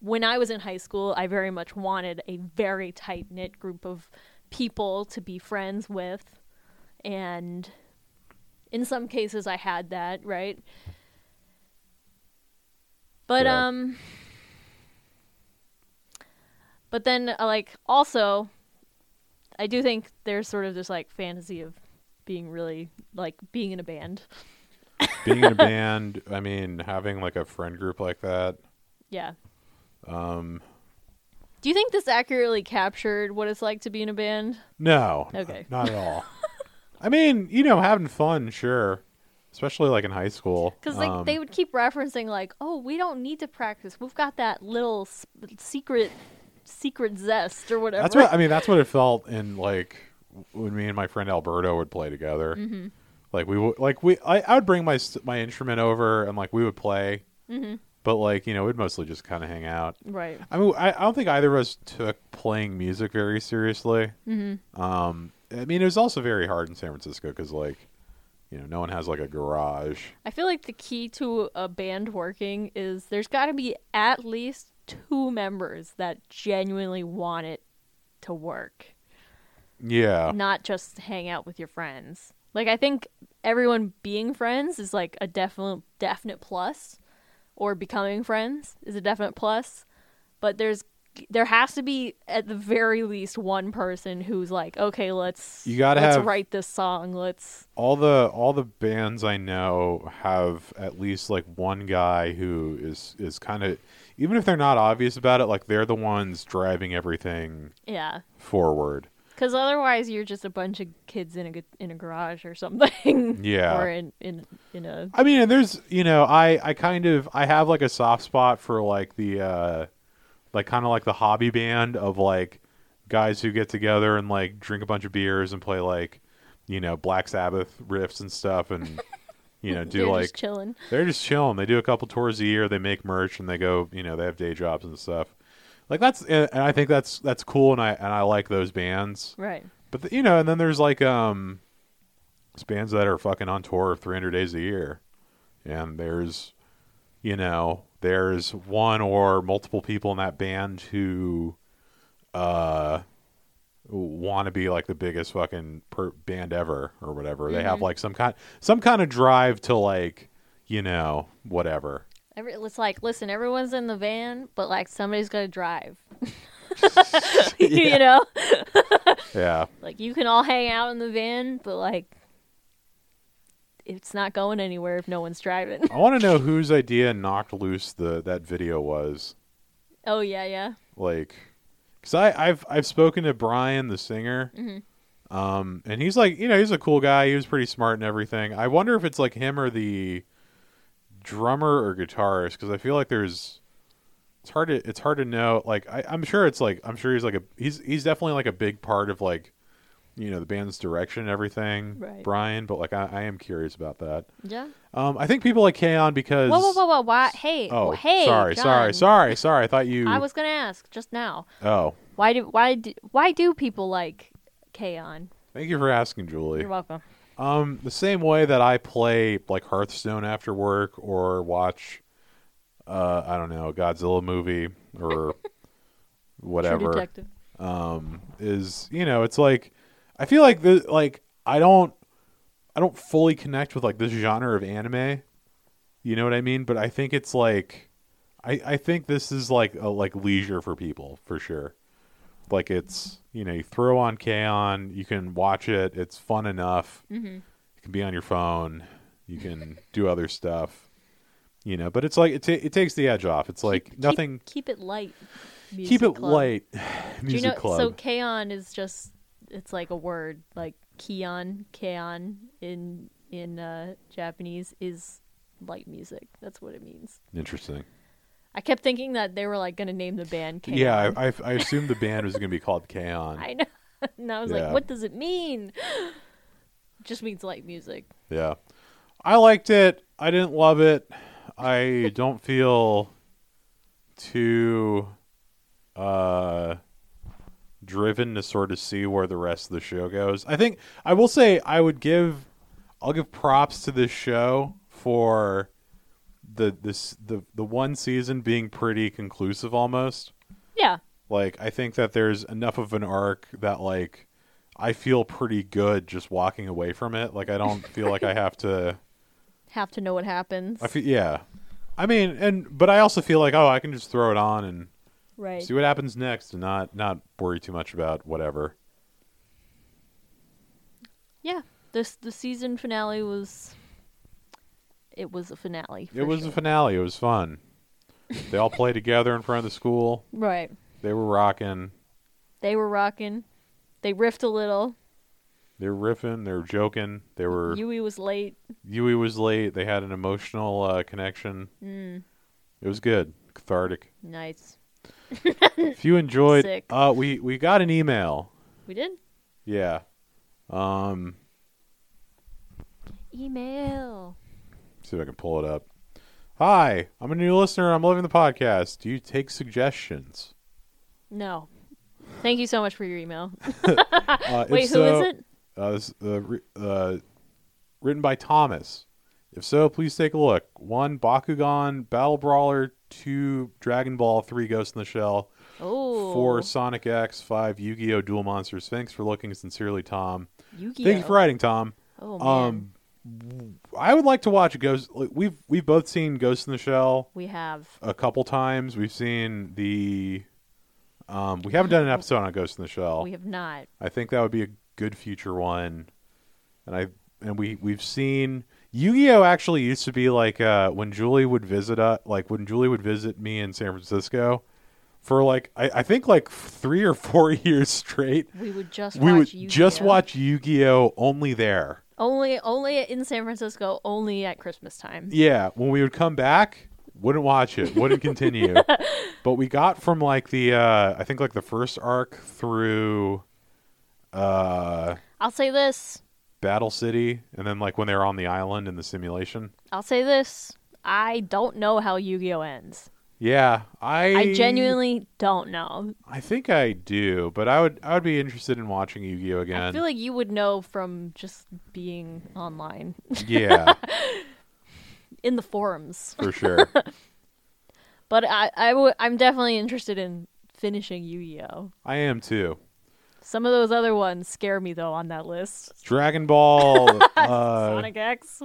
Speaker 2: when I was in high school, I very much wanted a very tight knit group of people to be friends with, and in some cases, I had that right. But
Speaker 1: Yeah.
Speaker 2: um. But then, uh, like, also, I do think there's sort of this like fantasy of being really like being in a band.
Speaker 1: Being in a band, I mean, having like a friend group like that.
Speaker 2: Yeah.
Speaker 1: Um,
Speaker 2: Do you think this accurately captured what it's like to be in a band?
Speaker 1: no,
Speaker 2: Okay.
Speaker 1: not at all. I mean, you know, having fun, sure, especially like in high school.
Speaker 2: Because like
Speaker 1: Um,
Speaker 2: they would keep referencing like, oh, we don't need to practice. We've got that little s- secret, secret zest or whatever.
Speaker 1: that's what I mean. That's what it felt in like when me and my friend Alberto would play together.
Speaker 2: Mm-hmm.
Speaker 1: Like we would, like we, I, I would bring my s- my instrument over and like we would play,
Speaker 2: Mm-hmm.
Speaker 1: but like you know, we'd mostly just kind of hang out.
Speaker 2: right.
Speaker 1: I mean, I, I don't think either of us took playing music very seriously. Mm-hmm. Um, I mean, it was also very hard in San Francisco because, like, you know, no one has like a garage.
Speaker 2: I feel like the key to a band working is there's got to be at least two members that genuinely want it to work.
Speaker 1: Yeah,
Speaker 2: not just hang out with your friends. Like I think everyone being friends is like a definite definite plus or becoming friends is a definite plus, but there's there has to be at the very least one person who's like, "Okay, let's
Speaker 1: You gotta
Speaker 2: let's
Speaker 1: have-
Speaker 2: write this song. Let's
Speaker 1: all the all the bands I know have at least like one guy who is is kind of even if they're not obvious about it, like they're the ones driving everything
Speaker 2: yeah."
Speaker 1: forward.
Speaker 2: Cuz otherwise you're just a bunch of kids in a g- in a garage or something.
Speaker 1: Yeah.
Speaker 2: or in in in a
Speaker 1: I mean, and there's you know, I I kind of I have like a soft spot for like the uh like kind of like the hobby band of like guys who get together and like drink a bunch of beers and play like you know Black Sabbath riffs and stuff and you know do
Speaker 2: they're
Speaker 1: like
Speaker 2: just chilling.
Speaker 1: they're just chilling. They do a couple tours a year. They make merch and they go you know they have day jobs and stuff. Like that's and and I think that's that's cool and I and I like those bands.
Speaker 2: Right.
Speaker 1: But the, you know, and then there's like um there's bands that are fucking on tour 300 days a year. And there's you know, there's one or multiple people in that band who uh want to be like the biggest fucking per- band ever or whatever. They have like some kind some kind of drive to like, you know, whatever.
Speaker 2: Every, it's like, listen, everyone's in the van, but like somebody's gonna drive. You know,
Speaker 1: Yeah.
Speaker 2: like you can all hang out in the van, but like it's not going anywhere if no one's driving.
Speaker 1: I want to know whose idea knocked loose the that video was.
Speaker 2: oh yeah, yeah.
Speaker 1: like because I I've I've spoken to Brian the singer,
Speaker 2: Mm-hmm.
Speaker 1: um, and he's like you know he's a cool guy. He was pretty smart and everything. I wonder if it's like him or the drummer or guitarist because I feel like there's it's hard to it's hard to know. Like I, I'm sure it's like I'm sure he's like a he's he's definitely like a big part of like you know the band's direction and everything,
Speaker 2: Right.
Speaker 1: Brian. But like I, I am curious about that.
Speaker 2: Yeah.
Speaker 1: Um, I think people like K-On! because
Speaker 2: Whoa, whoa, whoa, whoa! Why? Hey,
Speaker 1: oh
Speaker 2: hey,
Speaker 1: sorry sorry
Speaker 2: John.
Speaker 1: sorry sorry I thought you
Speaker 2: I was gonna ask just now.
Speaker 1: oh
Speaker 2: Why do why do, why do people like K-On?
Speaker 1: thank you for asking Julie.
Speaker 2: You're welcome.
Speaker 1: Um, the same way that I play like Hearthstone after work or watch, uh, I don't know, a Godzilla movie or
Speaker 2: True
Speaker 1: whatever
Speaker 2: detective.
Speaker 1: um, is you know it's like I feel like the like I don't I don't fully connect with like this genre of anime, you know what I mean? But I think it's like I I think this is like a like leisure for people for sure. Like it's you know you throw on K on you can watch it it's fun enough
Speaker 2: Mm-hmm.
Speaker 1: you can be on your phone you can do other stuff you know but it's like it, ta it takes the edge off it's like nothing
Speaker 2: Keep it light.
Speaker 1: keep,
Speaker 2: Music
Speaker 1: it
Speaker 2: club.
Speaker 1: light
Speaker 2: Do
Speaker 1: music
Speaker 2: you know,
Speaker 1: club
Speaker 2: So K-On is just it's like a word like Kion, K-On in in uh, Japanese is light music. That's what it means.
Speaker 1: interesting
Speaker 2: I kept thinking that they were like gonna name the band K-On.
Speaker 1: yeah I, I I assumed the band was going to be called K-On!
Speaker 2: I know. and I was
Speaker 1: Yeah.
Speaker 2: like, what does it mean? just means light music.
Speaker 1: yeah I liked it I didn't love it I don't feel too uh driven to sort of see where the rest of the show goes. I think I will say I would give I'll give props to this show for the this the the one season being pretty conclusive almost.
Speaker 2: Yeah.
Speaker 1: Like I think that there's enough of an arc that like I feel pretty good just walking away from it. Like I don't feel like I have to
Speaker 2: Have to know what happens.
Speaker 1: I feel yeah. I mean and but I also feel like oh I can just throw it on and
Speaker 2: right.
Speaker 1: see what happens next and not not worry too much about whatever.
Speaker 2: Yeah. This the season finale was it was a finale.
Speaker 1: It
Speaker 2: for
Speaker 1: was
Speaker 2: sure.
Speaker 1: a finale. It was fun. They all played together in front of the school.
Speaker 2: Right.
Speaker 1: They were rocking.
Speaker 2: They were rocking. They riffed a little.
Speaker 1: They were riffing. They were joking. They were.
Speaker 2: Yui was late.
Speaker 1: Yui was late. They had an emotional uh, connection.
Speaker 2: Mm,
Speaker 1: It was good. Cathartic.
Speaker 2: nice.
Speaker 1: If you enjoyed,
Speaker 2: Sick.
Speaker 1: uh, we we got an email.
Speaker 2: We did?
Speaker 1: Yeah. Um.
Speaker 2: Email.
Speaker 1: See if I can pull it up. Hi, I'm a new listener. I'm loving the podcast. Do you take suggestions?
Speaker 2: No. Thank you so much for your email.
Speaker 1: Uh, if
Speaker 2: Wait, who
Speaker 1: so-
Speaker 2: is it?
Speaker 1: Uh, this, uh, ri- uh, written by Thomas. If so, please take a look. One Bakugan Battle Brawler, two Dragon Ball, three Ghost in the Shell,
Speaker 2: Oh.
Speaker 1: four Sonic X, five Yu Gi Oh! Duel Monsters. Thanks for looking sincerely, Tom.
Speaker 2: Yu-Gi-Oh.
Speaker 1: Thank you for writing, Tom.
Speaker 2: Oh, man.
Speaker 1: Um, I would like to watch Ghost. like, We've we've both seen Ghost in the Shell
Speaker 2: we have.
Speaker 1: a couple times. We've seen the. Um, we haven't done an episode on Ghost in the Shell.
Speaker 2: We have not.
Speaker 1: I think that would be a good future one. And I and we we've seen Yu-Gi-Oh actually used to be like uh when Julie would visit uh like when Julie would visit me in San Francisco for like I, I think like 3 or 4 years straight.
Speaker 2: We would just
Speaker 1: we
Speaker 2: watch
Speaker 1: would
Speaker 2: Yu-Gi-Oh.
Speaker 1: just watch Yu-Gi-Oh only there.
Speaker 2: Only only in San Francisco, only at Christmas time.
Speaker 1: Yeah, when we would come back, wouldn't watch it, wouldn't continue. but we got from like the uh I think like the first arc through uh
Speaker 2: I'll say this.
Speaker 1: Battle City, and then like when they were on the island in the simulation.
Speaker 2: I'll say this. I don't know how Yu-Gi-Oh ends.
Speaker 1: Yeah, I
Speaker 2: I genuinely don't know.
Speaker 1: I think I do, but I would I would be interested in watching Yu Gi Oh again.
Speaker 2: I feel like you would know from just being online
Speaker 1: yeah,
Speaker 2: in the forums.
Speaker 1: for sure.
Speaker 2: But I, I w- I'm definitely interested in finishing Yu-Gi-Oh.
Speaker 1: I am too.
Speaker 2: Some of those other ones scare me though on that list.
Speaker 1: Dragon Ball. uh,
Speaker 2: Sonic X.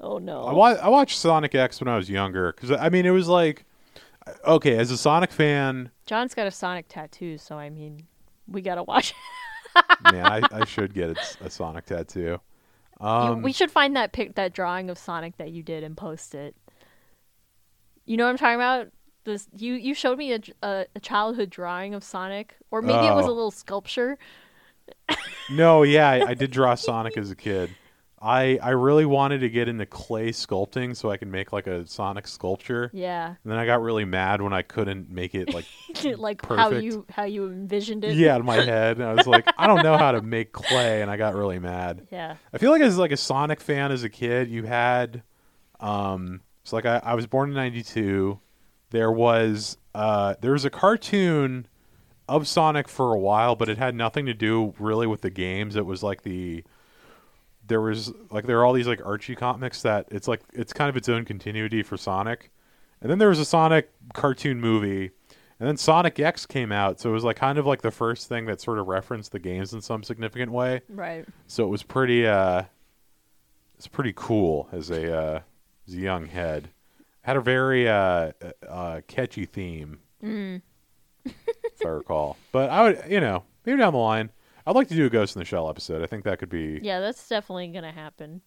Speaker 2: Oh no.
Speaker 1: I wa- I watched Sonic X when I was younger because I mean it was like okay as a Sonic fan,
Speaker 2: John's got a Sonic tattoo, so I mean, we gotta watch it.
Speaker 1: man, I, I should get a, a Sonic tattoo.
Speaker 2: You-
Speaker 1: Um,
Speaker 2: we should find that pic, that drawing of Sonic that you did and post it. You know what I'm talking about? This you you showed me a, j- a- a childhood drawing of Sonic, or maybe it was a
Speaker 1: Oh.
Speaker 2: little sculpture.
Speaker 1: No, yeah, I, I did draw Sonic as a kid. I I really wanted to get into clay sculpting so I can make like a Sonic sculpture.
Speaker 2: Yeah.
Speaker 1: And then I got really mad when I couldn't make it like
Speaker 2: like how
Speaker 1: Perfect.
Speaker 2: you how you envisioned it.
Speaker 1: yeah in my head. And I was like, I don't know how to make clay, and I got really mad.
Speaker 2: Yeah.
Speaker 1: I feel like as like a Sonic fan as a kid, you had um so like I, I was born in ninety two. There was uh there was a cartoon of Sonic for a while, but it had nothing to do really with the games. It was like the there was like there are all these like Archie comics that it's like it's kind of its own continuity for Sonic. And then there was a Sonic cartoon movie. And then Sonic X came out, so it was like kind of like the first thing that sort of referenced the games in some significant way
Speaker 2: Right.
Speaker 1: so it was pretty uh it's pretty cool as a uh as a young head had a very uh uh catchy theme
Speaker 2: Mm.
Speaker 1: if i recall but i would you know maybe down the line i'd like to do a ghost in the shell episode i think that could be
Speaker 2: Yeah, that's definitely gonna happen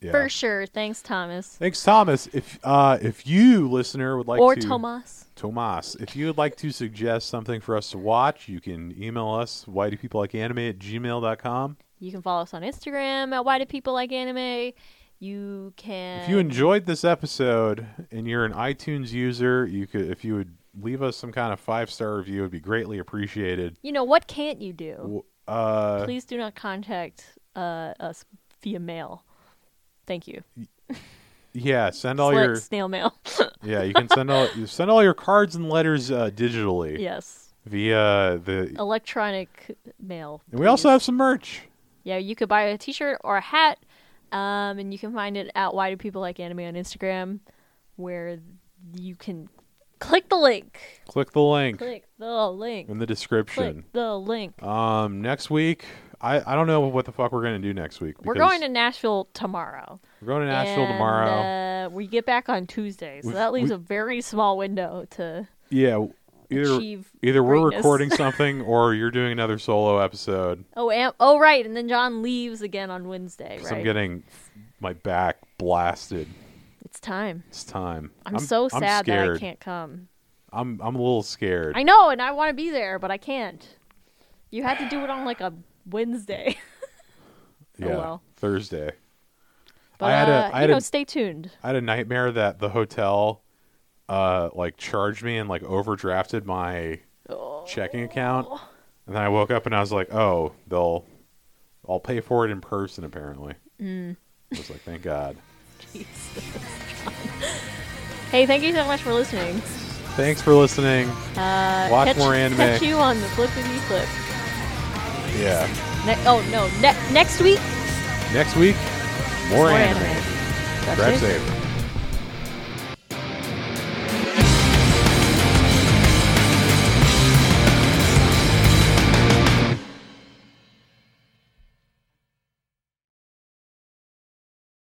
Speaker 1: yeah.
Speaker 2: for sure. Thanks, Thomas
Speaker 1: thanks thomas if uh if you listener would like
Speaker 2: or
Speaker 1: to
Speaker 2: Tomas.
Speaker 1: Tomas, if you would like to suggest something for us to watch, you can email us, why do people like anime at gmail.com.
Speaker 2: You can follow us on Instagram at Why Do People Like Anime. You can
Speaker 1: If you enjoyed this episode and you're an iTunes user, you could if you would leave us some kind of five star review, it'd be greatly appreciated.
Speaker 2: You know what can't you do?
Speaker 1: W- Uh,
Speaker 2: Please do not contact uh, us via mail. Thank you.
Speaker 1: yeah, send all
Speaker 2: Sla-
Speaker 1: your
Speaker 2: snail mail.
Speaker 1: yeah. You can send all you send all your cards and letters uh, digitally
Speaker 2: yes.
Speaker 1: via the.
Speaker 2: Electronic mail.
Speaker 1: And we also
Speaker 2: Oh, please.
Speaker 1: have some merch.
Speaker 2: Yeah, you could buy a t-shirt or a hat, um, and you can find it at Why Do People Like Anime on Instagram, where you can click the link.
Speaker 1: Click the link
Speaker 2: Click the link.
Speaker 1: in the description.
Speaker 2: Click the link.
Speaker 1: Um, next week, I I don't know what the fuck we're gonna do next week.
Speaker 2: We're
Speaker 1: because
Speaker 2: going to Nashville tomorrow.
Speaker 1: we're going to Nashville
Speaker 2: And,
Speaker 1: tomorrow.
Speaker 2: Uh, we get back on Tuesday, so
Speaker 1: We've-
Speaker 2: that leaves
Speaker 1: we-
Speaker 2: a very small window to
Speaker 1: yeah, either
Speaker 2: achieve.
Speaker 1: either we're
Speaker 2: greatness.
Speaker 1: recording something or you're doing another solo episode.
Speaker 2: Oh, am- oh, right, and then John leaves again on Wednesday,
Speaker 1: 'Cause
Speaker 2: right?
Speaker 1: I'm getting my back blasted.
Speaker 2: It's time.
Speaker 1: It's time.
Speaker 2: I'm, so sad
Speaker 1: I'm scared.
Speaker 2: that I can't come.
Speaker 1: I'm I'm a little scared.
Speaker 2: I know, and I want to be there, but I can't. You had to do it on like a Wednesday. oh
Speaker 1: yeah.
Speaker 2: well.
Speaker 1: Thursday.
Speaker 2: But
Speaker 1: I had a-
Speaker 2: uh,
Speaker 1: I had
Speaker 2: you know,
Speaker 1: a-
Speaker 2: stay tuned.
Speaker 1: I had a nightmare that the hotel uh like charged me and like overdrafted my
Speaker 2: Oh.
Speaker 1: checking account. And then I woke up and I was like, "Oh, they'll I'll pay for it in person apparently."
Speaker 2: Mm.
Speaker 1: I was like, "Thank God."
Speaker 2: Hey, thank you so much for listening.
Speaker 1: Thanks for listening.
Speaker 2: Uh,
Speaker 1: Watch
Speaker 2: catch,
Speaker 1: more anime.
Speaker 2: Catch you on the flippity flip.
Speaker 1: Yeah.
Speaker 2: Ne- oh no, ne- next week
Speaker 1: Next week, more,
Speaker 2: more
Speaker 1: anime.
Speaker 2: anime. That's
Speaker 1: Drive
Speaker 2: it.
Speaker 1: safe.